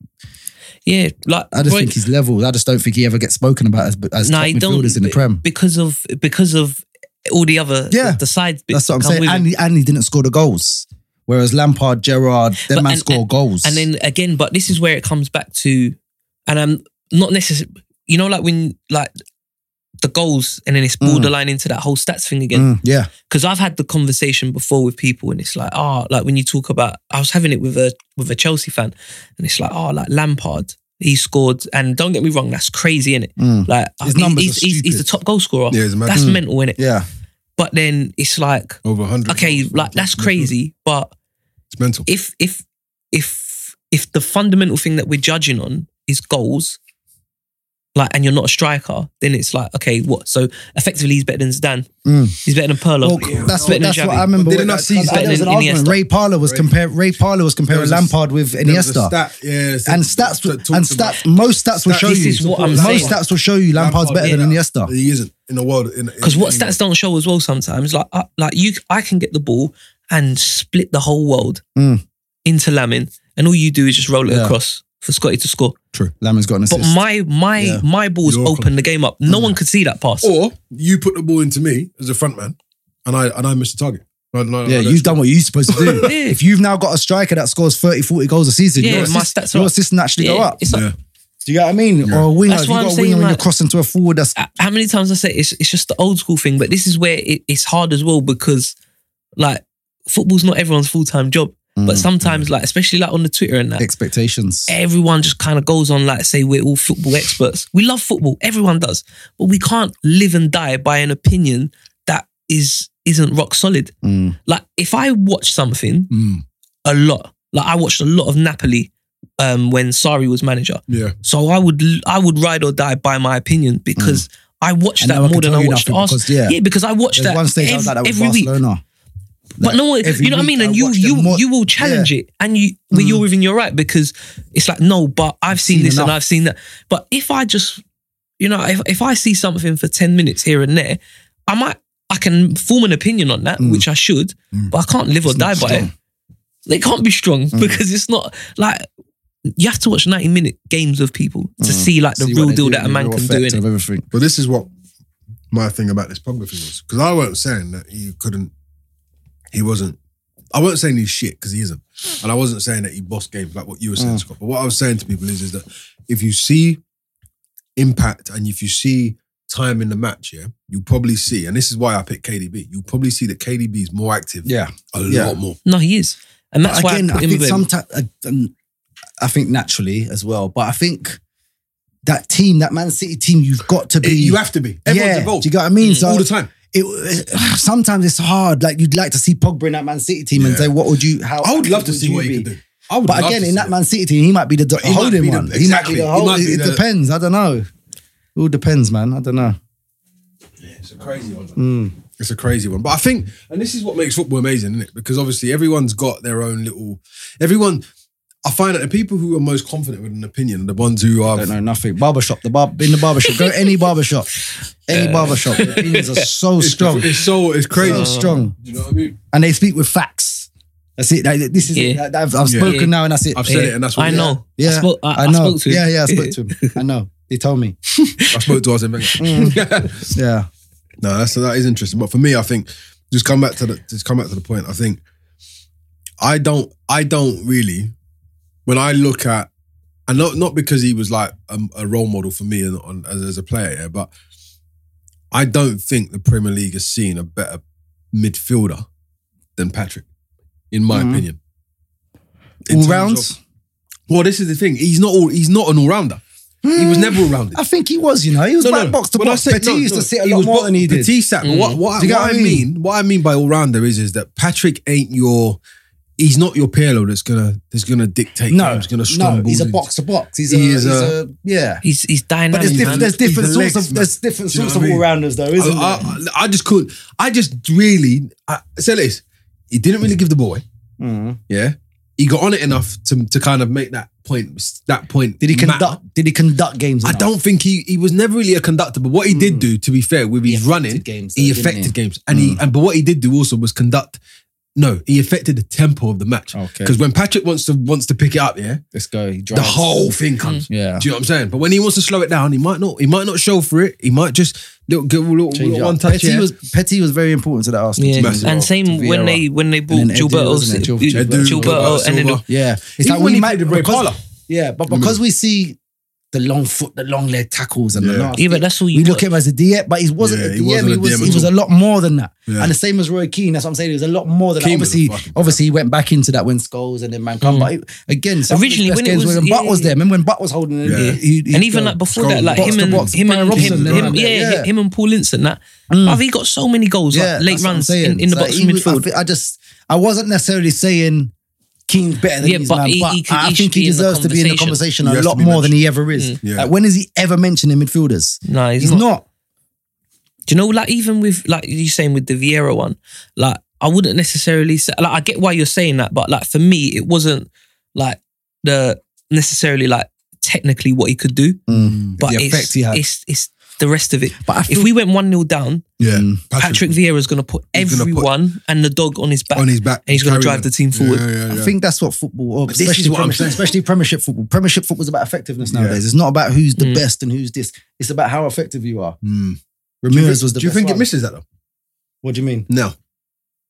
Yeah, like
I just
Roy-
think he's level. I just don't think he ever gets spoken about as, as
Nah,
top
he don't-
midfielders in the Prem.
because of because of all the other
Yeah.
the side bits.
That's what I'm
that come
saying.
with it.
And he, and he didn't score the goals. Whereas Lampard, Gerard, their
But-
man
and-
score goals.
And then again, but this is where it comes back to, and I'm not necessarily, you know, like when like the goals, and then it's borderline into that whole stats thing again.
Mm, yeah.
Because I've had the conversation before with people, and it's like, oh, like when you talk about, I was having it with a with a Chelsea fan, and it's like, oh, like Lampard, he scored, and don't get me wrong, that's crazy, innit?
Mm.
Like
His
he-
numbers
he's,
are
he's, he's the
stupid.
top goal scorer.
Yeah, it's mad.
that's
Mm.
mental, innit?
Yeah.
But then it's like,
Over 100.
okay, like that's crazy, but
It's mental.
if if if if the fundamental thing that we're judging on is goals, like, and you're not a striker, then it's like, okay, what? So effectively, he's better than Zidane.
Mm.
He's better than Perlo.
Well,
better
that's what,
than
that's
Xavi.
what I remember.
But didn't
when-
I see
I- there was an
Zidane and
argument.
Iniesta?
Ray Parler was
Ray-
comparing Ray Parler was comparing
was a-
Lampard with
There was a
Iniesta.
Stat, yeah, it's-
And
it's-
stats,
that
and
talks about-
stats, most stats will
Stats-
show
this
you.
is what I'm
most
saying.
stats will show you Lampard's
Lampard,
better
yeah.
than Iniesta.
He isn't in the world. Because
Because what stats don't show as well sometimes, like I, like you, I can get the ball and split the whole world
Mm.
into Lamin, and all you do is just roll it
Yeah.
across for Scotty to score.
Lamin's got an
But
assist.
my my
Yeah. Mm. Oh,
my balls
You're
open the game up. No one could see that pass.
Or you put the ball into me as a front man and I and I miss the target. No, no, no,
Yeah,
no,
you've done what you're supposed to do.
Yeah.
if you've now got a striker that scores 30, 40 goals a season,
Yeah,
your,
my
assist,
stats are
your
up.
assist naturally go
Yeah,
up.
It's like,
Yeah.
Do you get what I mean? Or a winger.
That's
If you've
why I'm
got a
saying,
winger when
like-
you're crossing to a forward, that's
h- how many times I say it, it's it's just the old school thing, but this is where it, it's hard as well because like football's not everyone's full time job,
Mm-hmm.
but Eh, sometimes like especially like on the Twitter and that.
mm, expectations.
Everyone just kind of goes on like say we're all football experts. We love football, everyone does, but we can't live and die by an opinion that is isn't rock solid.
Mm.
Like if I watch something
Mm.
a lot, like I watched a lot of Napoli um, when Sari was manager,
Yeah.
so I would I would ride or die by my opinion because I watched
Mm. And
that
now I
more
can
than
tell
I
you
watched
nothing
Arsenal.
because, yeah.
yeah, because I watched
There's
that
one stage
ev-
I was like that with
every week.
Barcelona.
But no, one-
every
you know what I
week
mean.
I
And you
watch
you
them more- Mm.
you will challenge it, and you well, you're within your right because it's like no, but I've seen,
seen
this and
enough.
I've seen that. But if I just you know if if I see something for ten minutes here and there, I might I can form an opinion on
Mm.
that, which I should, but I can't live or die by it. They can't be strong because it's not like. You have to watch 90 minute games of people to see like the
See what
real
they
deal
do
that a
and the
man
real
can do
effect
in it.
of everything.
But this is what my thing about this Pogba thing was because I weren't saying that you couldn't. He wasn't. I wasn't saying he's shit because he isn't, and I wasn't saying that he bossed games like what you were
Mm.
saying, Scott. But what I was saying to people is, is that if you see impact and if you see time in the match, yeah, you probably see, and this is why I picked KDB. You probably see that KDB is more active,
Yeah.
a
yeah.
lot more.
No, he is. And that's
But
why I,
again,
put
I,
him
think
with him.
sometimes I, um, I think naturally as well, but I think that team, that Man City team, you've got to be.
you have to be. Everyone's
yeah,
involved
Do you get what I mean? So
all the time.
it, sometimes it's hard. Like you'd like to see Pogba in that Man City team and
Yeah.
say, what would you? How
I would love to
would
see
you
what he
be?
could do. I would
But
love
again,
to
in
see
that
it.
Man City team, he might be the,
he might
holding
be the-
one. He might
exactly.
be the
He might
holding.
be
It
the-
depends. I don't know. It all depends, man. I don't know.
It's a crazy one. It's a crazy one. But I think, and this is what makes football amazing, isn't it? Because obviously everyone's got their own little. Everyone, I find that the people who are most confident with an opinion are the ones who
I
are.
don't know nothing. Barbershop, the bar in the barbershop. Go any barbershop. Any barbershop. The opinions are so
It's,
strong.
It's so it's crazy.
So strong.
Do you know what I mean?
And they speak with facts. That's it. Like, this is it.
Yeah.
Like, I've, I've
Yeah.
spoken now and that's it.
I've said it, and that's what
I know.
Yeah.
I spoke, I, I
know.
spoke to him.
Yeah, yeah, I spoke to him. I know. They told me.
I spoke to us in Wenger.
Yeah.
No, that's that is interesting. But for me, I think just come back to the just come back to the point. I think I don't I don't really when I look at and not not because he was like a, a role model for me and on, as, as a player, yeah, but I don't think the Premier League has seen a better midfielder than Patrick, in my
Mhm.
opinion. In
All
terms
rounds.
of- well, this is the thing. He's not all. He's not an all rounder. He
Mm.
was never all rounded.
Hmm. I think he was, you know. He was like box to
When I
box.
say-
Petit
no,
used
no,
to sit a
he
lot
was
more
box-
than he did.
Petit sat. but What, what,
Do you get
what
what
I
I
mean? What I mean by all rounder is, is that Patrick ain't your. He's not your Pirlo that's gonna that's gonna dictate.
No,
games, gonna
no,
strong
he's a box to box. He's a,
He is
he's
a-
a yeah.
He's, he's dynamic,
But there's
man.
different, there's
He's
different
the
sorts
legs,
of there's different
Do you know
sorts
what
of
I mean?
all rounders though, isn't there?
I, I, I just couldn't. I just really. I say this. He didn't really give the ball away. Yeah, he got on it enough to to kind of make that point. That point.
Did he
matter.
conduct? Did he conduct games?
I
enough?
don't think he he was never really a conductor, but what he did do, to be fair, with his
Mm. affected
running,
games though,
he
didn't
affected
he? Mm.
games, and he and but what he did do also was conduct. No, he affected the tempo of the match.
Oh, Okay.
Because when Patrick wants to wants to pick it up, yeah,
Let's go. He
the
drives.
whole thing comes.
Yeah.
Do you know what I'm saying? But when he wants to slow it down, he might not. He might not show for it. He might just little give a little,
Change
little
up.
one touch.
Petty
yeah.
was Petty was very important to that Arsenal
yeah.
team.
massive.
And same when
Vieira.
they when they bought
And then Edu,
Gilberto,
wasn't it? Gil-
Gilberto,
Edu, Gilberto
and then
Silva.
Yeah, oh, it's
Even
like
when
we
he
might
played with Ray
because-
Parlour.
Yeah, but because we see the long foot, the long leg tackles, and the
Yeah.
nasty,
yeah, but that's all you
we look
got.
at him as a DM, but he wasn't
Yeah,
a E DM.
he
He,
wasn't a
was,
DM
he
at
was a
all.
lot more than that.
Yeah.
And the same as Roy Keane, that's what I'm saying. He was a lot more than that.
Keane was a
Obviously,
fucking
obviously, he went back into that when Scholes and then Mankind. But it- again, some
Mm. Originally, when
originally when
it
games
was-
when Butt
yeah,
was
yeah.
there, remember when Butt was holding it,
Yeah.
he- he-
and even
he'd
like
go
before
Scott
that, like
box
him
to
and
box,
him
Brian
and
Robson
him,
and
him
that.
yeah,
Yeah.
him and Paul Ince and that. Bruv, he got so many goals, like late
that's what I'm
runs
saying.
in, in the
So
box
he was- I
midfield.
thi- I, just I wasn't necessarily saying Keane's better than
Yeah,
these
but
man,
he-
but
he could-
I
he should
think he
be in the
deserves to be in the
conversation.
conversation
He
a
has
lot
to be Mm.
more than he ever is.
Yeah.
Like, when is he ever mentioned in midfielders?
Nah, he's,
He's
not.
not.
Do you know, like even with like you saying with the Vieira one, like I wouldn't necessarily say like I get why you're saying that, but like for me, it wasn't like the necessarily like technically what he could do,
Mm.
but
Mm. The
it's,
effect he had.
it's it's the rest of it.
But I
If
feel
we went one 0 down,
yeah,
Mm.
Patrick Vieira's going to put
He's gonna put-
everyone and the dog on his back,
on his back,
and he's going to
carrying
drive
it.
the team forward.
Yeah, yeah,
I
yeah.
think that's what football, or
But this is
especially,
what I'm
premiership,
saying.
especially Premiership football. Premiership football is about effectiveness
Yeah.
nowadays. It's not about who's the
Mm.
best and who's this. It's about how effective you are.
Mm. Do you
Ramirez
think-
was the
Do you
best
think it
one.
misses that though?
What do you mean?
No,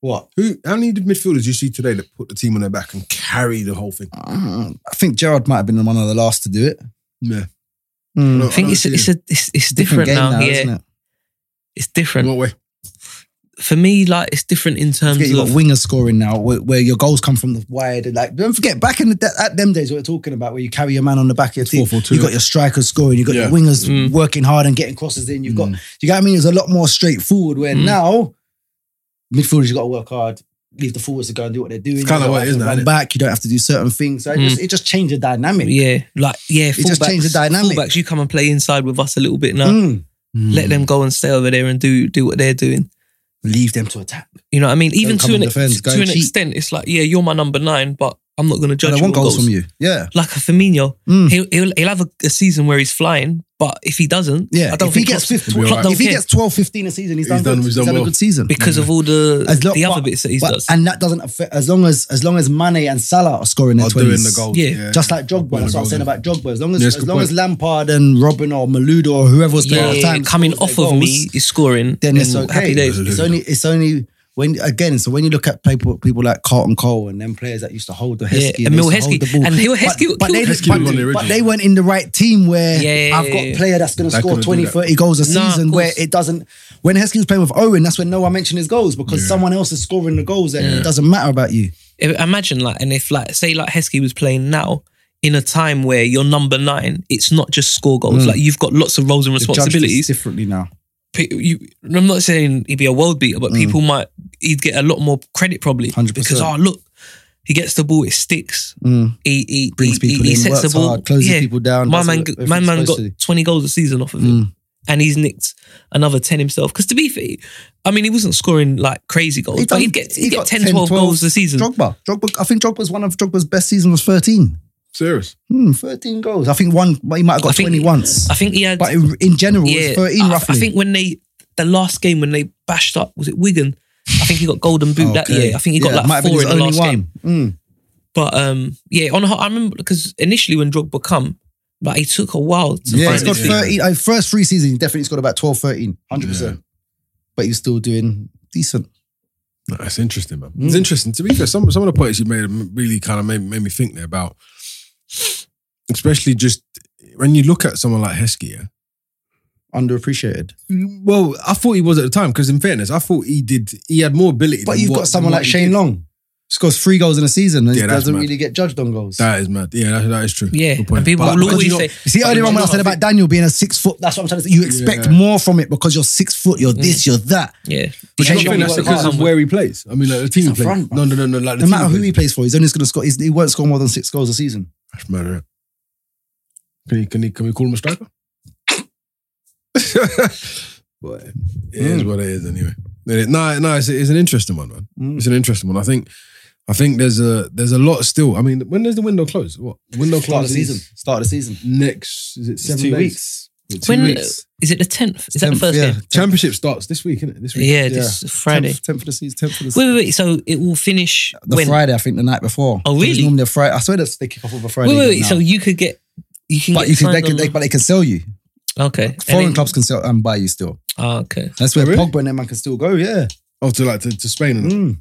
What?
Who? How many midfielders you see today that put the team on their back and carry the whole thing?
Uh, I think Gerard might have been one of the last to do it.
Yeah.
Mm.
No,
I think
don't
it's
see
it's,
it.
a, it's it's different, now. yeah,
isn't it?
it's different
What way?
for me. Like it's different in
Don't
terms
forget you've
of
got wingers scoring now, where, where your goals come from the wide. and Like, don't forget back in the da- at them days, what we're talking about, where you carry your man on the back of your team.
Four, four, two.
You got your strikers scoring, you got
Yeah.
your wingers
Mm.
working hard and getting crosses in. You've got,
Mm.
you got what I mean. It's a lot more straightforward. Where
Mm.
now, midfielders, you got to work hard. Leave the forwards to go and do what they're doing.
It's kinda
You don't
what it
have
is
to
now,
run
innit?
back. You don't have to do certain things. So it,
Mm.
just, it just changed the dynamic.
yeah, like yeah.
It just changed the dynamic.
Fullbacks, you come and play inside with us a little bit now.
Mm.
Let them go and stay over there and do do what they're doing.
Leave them to attack.
You know what I mean? Even
Don't come
to an
and defend, go
to an
and cheat.
extent, it's like yeah, you're my number nine, but I'm not going to judge
And I
you on
want goals
goals.
from you. Yeah.
Like a Firmino,
Mm.
he'll, he'll he'll have a, a season where he's flying, but if he doesn't,
Yeah,
I don't
if he
think
gets
Klopp-
15,
Klopp
don't
if he
care.
gets 12, 15 a season, he's,
He's
done,
done-
good.
he's
He's
done
had a
well.
good season.
because of all the
Hmm. As lo-
the other
but-
bits that he
But-
does.
and that doesn't affect as long as as long as Mane and Salah are scoring their
Are doing
twenties.
the goals.
Yeah.
Just like Jogba,
Doing
that's
the
what I'm saying
goals,
about Jogba. As long as
Yeah, it's a
as
good
long
point.
as Lampard and Robin or Maluda or whoever was playing at
yeah,
the time
coming
scores
off
their
of
goals,
me is scoring.
then it's
and
okay.
Happy days.
Yeah.
It's only it's only when again. So when you look at people people like Carlton Cole and them players that used to hold the
Yeah,
Heskey,
Emil
they used to
Heskey.
hold the ball.
And Emil Heskey
but,
got killed.
but, they, didn't-
Heskey was one of the
but, but
original.
they weren't in the right team where
Yeah,
I've got
yeah,
a player that's going to
That
score
couldn't do
20,
that.
30 goals a
Nah, of
season where
course.
it doesn't. When Heskey was playing with Owen, that's when no one mentioned his goals because
Yeah.
someone else is scoring the goals and
Yeah.
it doesn't matter about you.
I- Imagine like, and if like, say like Heskey was playing now in a time where you're number nine, it's not just score goals.
Mm.
Like you've got lots of roles and
They've judged this
responsibilities.
differently now.
Pe- You, I'm not saying he'd be a world beater, but
Mm.
people might he'd get a lot more credit probably
100%.
because oh look, he gets the ball, it sticks.
Mm.
He, he
Brings
he-
people
he,
in,
sets
works
the ball,
hard, closes
yeah.
people down.
My
does
man,
everything
my
he's
man
supposed
got
to do.
20 goals a season off of it.
Mm.
and he's nicked another 10 himself. Because to be fair, I mean, he wasn't scoring like crazy goals,
He
but
done-
he'd get, he'd
he
get
got
10,
10,
12,
12
goals a season.
Drogba, Drogba. I think Drogba's one of Drogba's best season was thirteen.
Serious.
Hmm, thirteen goals. I think one. He might
I
have got
think-
twenty once.
I think he had,
But in, in general,
yeah,
it's 13
I,
roughly.
I think when they, the last game when they bashed up, was it Wigan? I think he got golden boot that
Okay.
year. I think he got
Yeah, might
like
have been
four in
his
the
only
last
one.
game.
Mm.
But um, yeah, on the whole, I remember because initially when Drogba come, like he took a while to
Yeah,
find
he's got
his feet.
13. uh, first three seasons, he definitely scored about 12, 13, 100%. But he's still doing decent.
That's interesting, man. Mm. It's interesting. To be fair, some some of the points you made really kind of made, made me think there about, especially just when you look at someone like Heskey. Yeah?
Underappreciated.
Well, I thought he was at the time because, in fairness, I thought he did. He had more ability.
But
than
you've
what-
got someone
than what
like
he
Shane
did.
Long, scores three goals in a season and
Yeah,
he
that's
doesn't
mad.
really get judged on goals.
That is mad. Yeah, that, that is true.
Yeah,
Good point.
and people
But-
will
because
always
you know-
say,
You see,
But
earlier
you
on when
know
I
what I
said about Daniel being a six foot, that's what I'm trying to say. You expect
Yeah.
more from it because you're six foot, you're this, you're that.
yeah,
But
Yeah,
you know, I think that's
worked
because
hard.
of where he plays. I mean, like the team
up
plays.
front,
no, no, no, no. Like the
No
team
matter who
plays.
he plays for, he's only going to score, he's, he won't score more than six goals a season.
That's mad, innit? Can he, can he, can we call him a striker? but it
Hmm.
is what it is anyway. It is- no, no, it's, it's an interesting one, man.
Mm.
It's an interesting one. I think, I think there's a there's a lot still. I mean, when does the window close? What window
Start of
closes
the season. Start of the season.
next? Is it
It's
seven
two
days?
weeks.
Two
When-
weeks.
Is it the 10th? Is that the
10th,
first
yeah.
game?
Championship starts this week, isn't it? This week.
Yeah, this Friday.
10th, 10th of the season. 10th of the
Wait, wait, wait. So it will finish
the
when?
Friday, I think, the night before.
Oh,
So it's
really?
Normally a Friday. I swear that's they kick off with a Friday.
Wait, wait,
game
wait.
now.
So you could get, you can
but
get
you can, they
signed
can,
on-
they, but they can sell you.
okay. And
Foreign
then-
clubs can sell and buy you still.
Oh, okay.
That's where
Oh, really?
Pogba and them man can still go. Yeah,
Oh, to like to, to Spain and
Mm.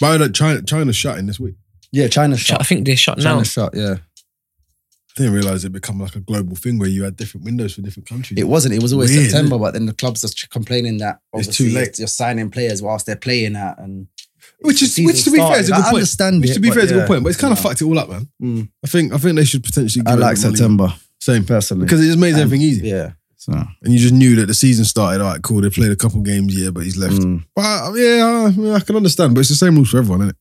but like China China's shutting this week.
yeah. China
Shut- I
shot.
think they're shut
China
now.
shot. Yeah,
I didn't realize it become like a global thing where you had different windows for different countries.
it wasn't. It was always
Weird,
September, but then the clubs are ch- complaining that
It's
obviously
too late.
You're signing players whilst they're playing at, and
Which
the
is- which,
season
to be fair, is a
started.
good
I
point.
understand
Which,
it,
to be
but
fair, it's a
yeah.
good point, but it's kind of
Yeah.
fucked it all up, man.
Mm.
I think I think they should potentially. Give
I
it
like
the money.
September
Same
personally
because it just makes
And-
everything easy,
yeah. So
and you just knew that the season started. All right, cool. They played a couple games, yeah, but he's left.
mm.
But uh, yeah, I, yeah, I can understand. But it's the same rules for everyone, isn't it?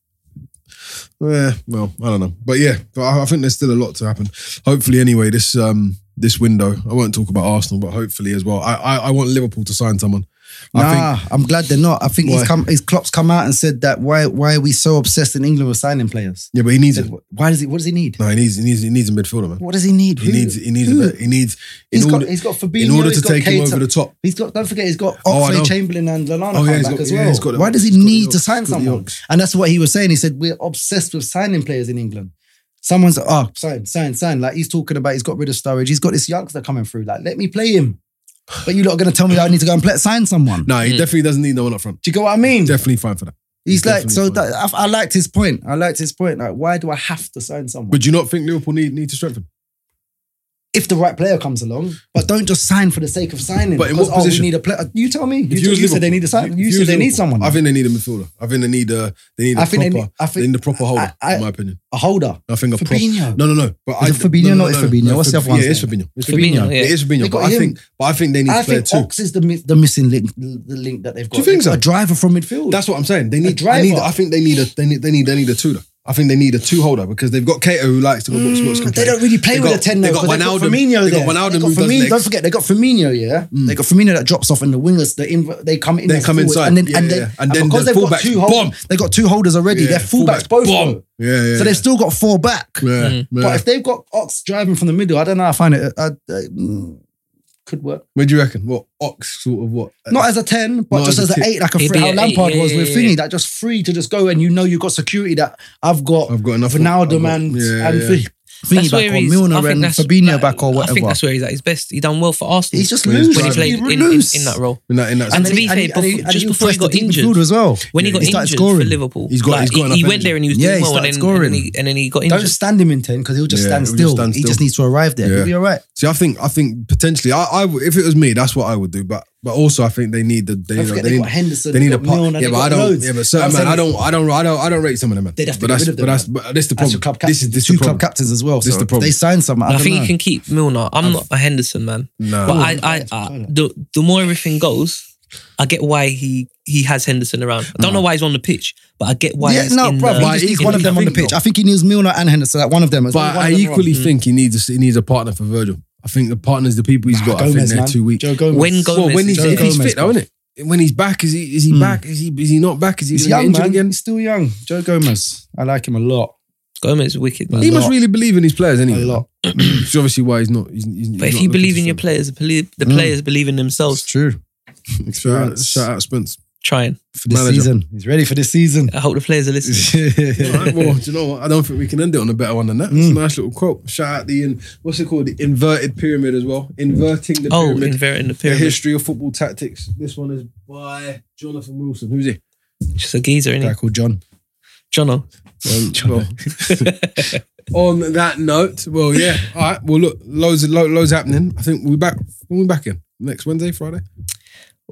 Yeah, well, I don't know, but yeah, but I, I think there's still a lot to happen. Hopefully, anyway, this um this window, I won't talk about Arsenal, but hopefully as well. I I, I want Liverpool to sign someone. I think
nah, I'm glad they're not. I think
Why?
he's come. His Klopp's come out and said that why why are we so obsessed in England with signing players?
yeah, but he needs it.
Said, Why does he? What does he need?
No, he needs he needs he needs a midfielder, man.
What does he need?
He
Who-
needs he needs a
who?
bit, he needs in
He's got
order
he's got Fabinho.
in order to
he's got
take him
Keita.
over the top.
He's got. Don't forget, he's got
Oh, I
Oxley,
know.
Chamberlain, and Lallana
Oh, yeah, he's
back
got-
as
yeah,
well.
he's got-
Why does he
he's got
need
the
to
Ox-
sign
he's got the
someone?
Ox.
And that's what he was saying. He said we're obsessed with signing players in England. Someone's oh sign sign sign. Like he's talking about. He's got rid of Sturridge. He's got this youngster coming through. Like let me play him. But you're not going to tell me that I need to go and play, sign someone.
No, he
Mm.
definitely doesn't need no one up front.
Do you get what I mean?
Definitely fine for that.
He's like,
definitely
so
fine.
that, I, I liked his point. I liked his point. Like, why do I have to sign someone?
But do you not think Liverpool need, need to strengthen?
if the right player comes along, but don't just sign for the sake of signing.
But in
because,
what
oh,
position?
we need a player. You tell me. You,
If was
you said they
Liverpool-
need a sign.
if
You, said
was
they need
Liverpool,
someone.
I think they need a midfielder. I think they need a they need a
I
proper
think they need- I think-
they need a proper holder.
I- I-
in my opinion,
a holder.
I think a prop-
Fabinho.
No, no, no. But I,
it Fabinho?
No,
No, it's Fabinho. What's the other
one?
one's
Yeah, it's
name?
Fabinho. It's
Fabinho,
Fabinho.
yeah.
It is Fabinho.
They
But
got
I
him.
think, but I think they need
I
a player
think
too.
Ox is the mi- the missing link, the link that they've got.
you think
They've got
so?
A driver from midfield.
That's what I'm saying. They need. I
driver.
need. I think they need a. They need. They need. They need a two. I think they need a two holder because they've got Cato who likes to go box to box.
Mm, they don't really play
They
with
got-
a ten.
they
though,
got
'cause they've
Wijnaldum.
Firmino
They
there.
got Wijnaldum
They got
who does
Firmino. Don't
legs.
forget, they got Firmino. Yeah, they got Firmino that drops off, and the wingers they inv- they come in.
Mm. They
as
come
forwards,
inside.
and then
Yeah,
and,
yeah,
they,
yeah. And
and
then
because
the
they've got
fullbacks,
two
bomb.
holders, they got two holders already.
Yeah,
They're fullbacks
fullback,
both.
bomb.
though.
Yeah, yeah.
So they've still got four back.
Yeah,
Mm.
yeah.
But if they've got Ox driving from the middle, I don't know. I find it uh, uh, mm, could work.
what do you reckon? What ox sort of what?
Not as a ten, but
Uh, Not
just
as
as
a
an
two.
eight, like a
It'd
free,
be
how
an eight,
Lampard
yeah,
was
yeah,
with
yeah.
Thingy, that just free to just go, and you know you've got security that I've got
I've got enough.
Ronaldo,
I've got-
man,
Yeah,
and
yeah.
Thingy
That's
back
where
or
he's- I
Milner
think
and
that's-
Fabinho
like,
back or
I think
whatever.
that's where he's at his best. He done well for Arsenal.
He's just
When he's
loose
when he
driving.
played in, in,
loose.
in that role.
In that, in that
And
sense.
to be
And
fair,
he- and he-
before-
and
just
he
before he
pressed
got
the deep
injured,
midfield as well.
when he got
He started
injured for
scoring.
Liverpool,
He's got-
like,
he's got
he- he,
enough
went
energy.
there and he was
Yeah,
doing
he
well, and
started
then, and then
scoring.
he, and then he got
Don't
injured.
just stand him in ten because he'll just
Yeah,
stand
he'll just
still.
stand
He just
still.
needs to arrive there.
Yeah.
He'll be all right.
See, I think, I think potentially, I, I, would- if it was me, that's what I would do. But, but also, I think they need the, they,
Don't
you know,
forget
they
they
need,
got Henderson.
they need a
got Milner,
pop. Yeah,
they
but I
got
don't.
loads.
Yeah, but
I'm
certain man,
saying
I don't, I don't, I don't, I don't rate some of them, man.
They'd have to
but
get
that's,
rid of
but
them,
that's, but this is the
That's your
problem.
club
This is
captain.
this
Two
is the
club
problem.
captains as well.
This is
so
the problem.
They sign some. I,
I
don't
think
know.
you can keep Milner. I'm
I've-
not a Henderson man,
Nah.
but I, I,
I've-
I the the more everything goes, I get why he he has Henderson around. I don't know why he's on the pitch, but I get why.
yeah,
he's
no,
in
bro.
the-
He just needs
in
one of them on the
thing,
pitch.
though.
I think he needs Milner and Henderson. Like one of them. It's
But
one
I
of them
equally
wrong.
think he needs he needs a partner for Virgil. I think the partners, the people he's
Nah,
got, I think
Ah, Gomez,
they're
man.
too weak.
Joe Gomez.
When Gomez,
well, when he's,
Joe
if he's
Gomez,
fit, though, isn't it? When he's back, is he is he
Hmm.
back? Is he is he not back? Is he
He's
gonna get
young,
injured
man.
again?
He's still young. Joe Gomez. I like him a lot.
Gomez is wicked, man.
He
A
must
lot.
really believe in his players,
A
anyway.
lot.
Which is obviously why he's not. He's, he's, he's
But
not
if you
looking
believe
to
in your
stay.
players, the players- the
Mm.
players believe in
It's
themselves.
true.
shout out,
Experience.
shout out Spence.
Trying.
For this
Manager.
season. He's ready for this season.
I hope the players are listening.
All right, well, do you know what? I don't think we can end it on a better one than that.
Mm.
It's a nice little quote. Shout out the in, what's it called? The inverted pyramid as well. Inverting the
Oh,
pyramid.
inverting the
the
pyramid.
history of football tactics. This one is by Jonathan Wilson. Who's he?
Just a geezer, innit?
Guy called John.
Jono.
Um, well, on that note, well, yeah. All right. Well, look, loads, lo- loads happening. I think we'll be back. When we back in next Wednesday, Friday.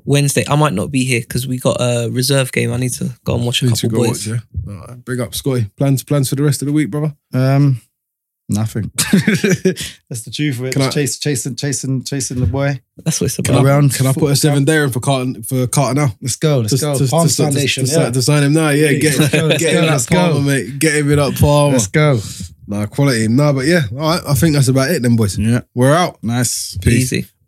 Wednesday. I might not be here because we got a reserve game. I need to go and watch a
Need to
couple
go
boys.
watch. Yeah. All right. Big up, Scotty. Plans, plans for the rest of the week, brother.
Um, nothing. That's the truth of it.
Can I-
Chase, chasing, chasing, chasing the boy
That's what it's
Can I-
about.
around.
Can I put a seven there in for Carter for Carter now?
Let's go. Let's
Just
go.
to- to-
Palm
to- to-
Foundation.
to-
yeah.
to sign him now. Yeah, get,
Let's go, let's
get
go,
him in
let's
up Palmer,
go.
mate. Get him in up Palmer.
Let's go.
Nah, quality. Nah, but yeah. All right. I think that's about it then, boys.
Yeah.
We're out.
Nice.
Peace.
Easy.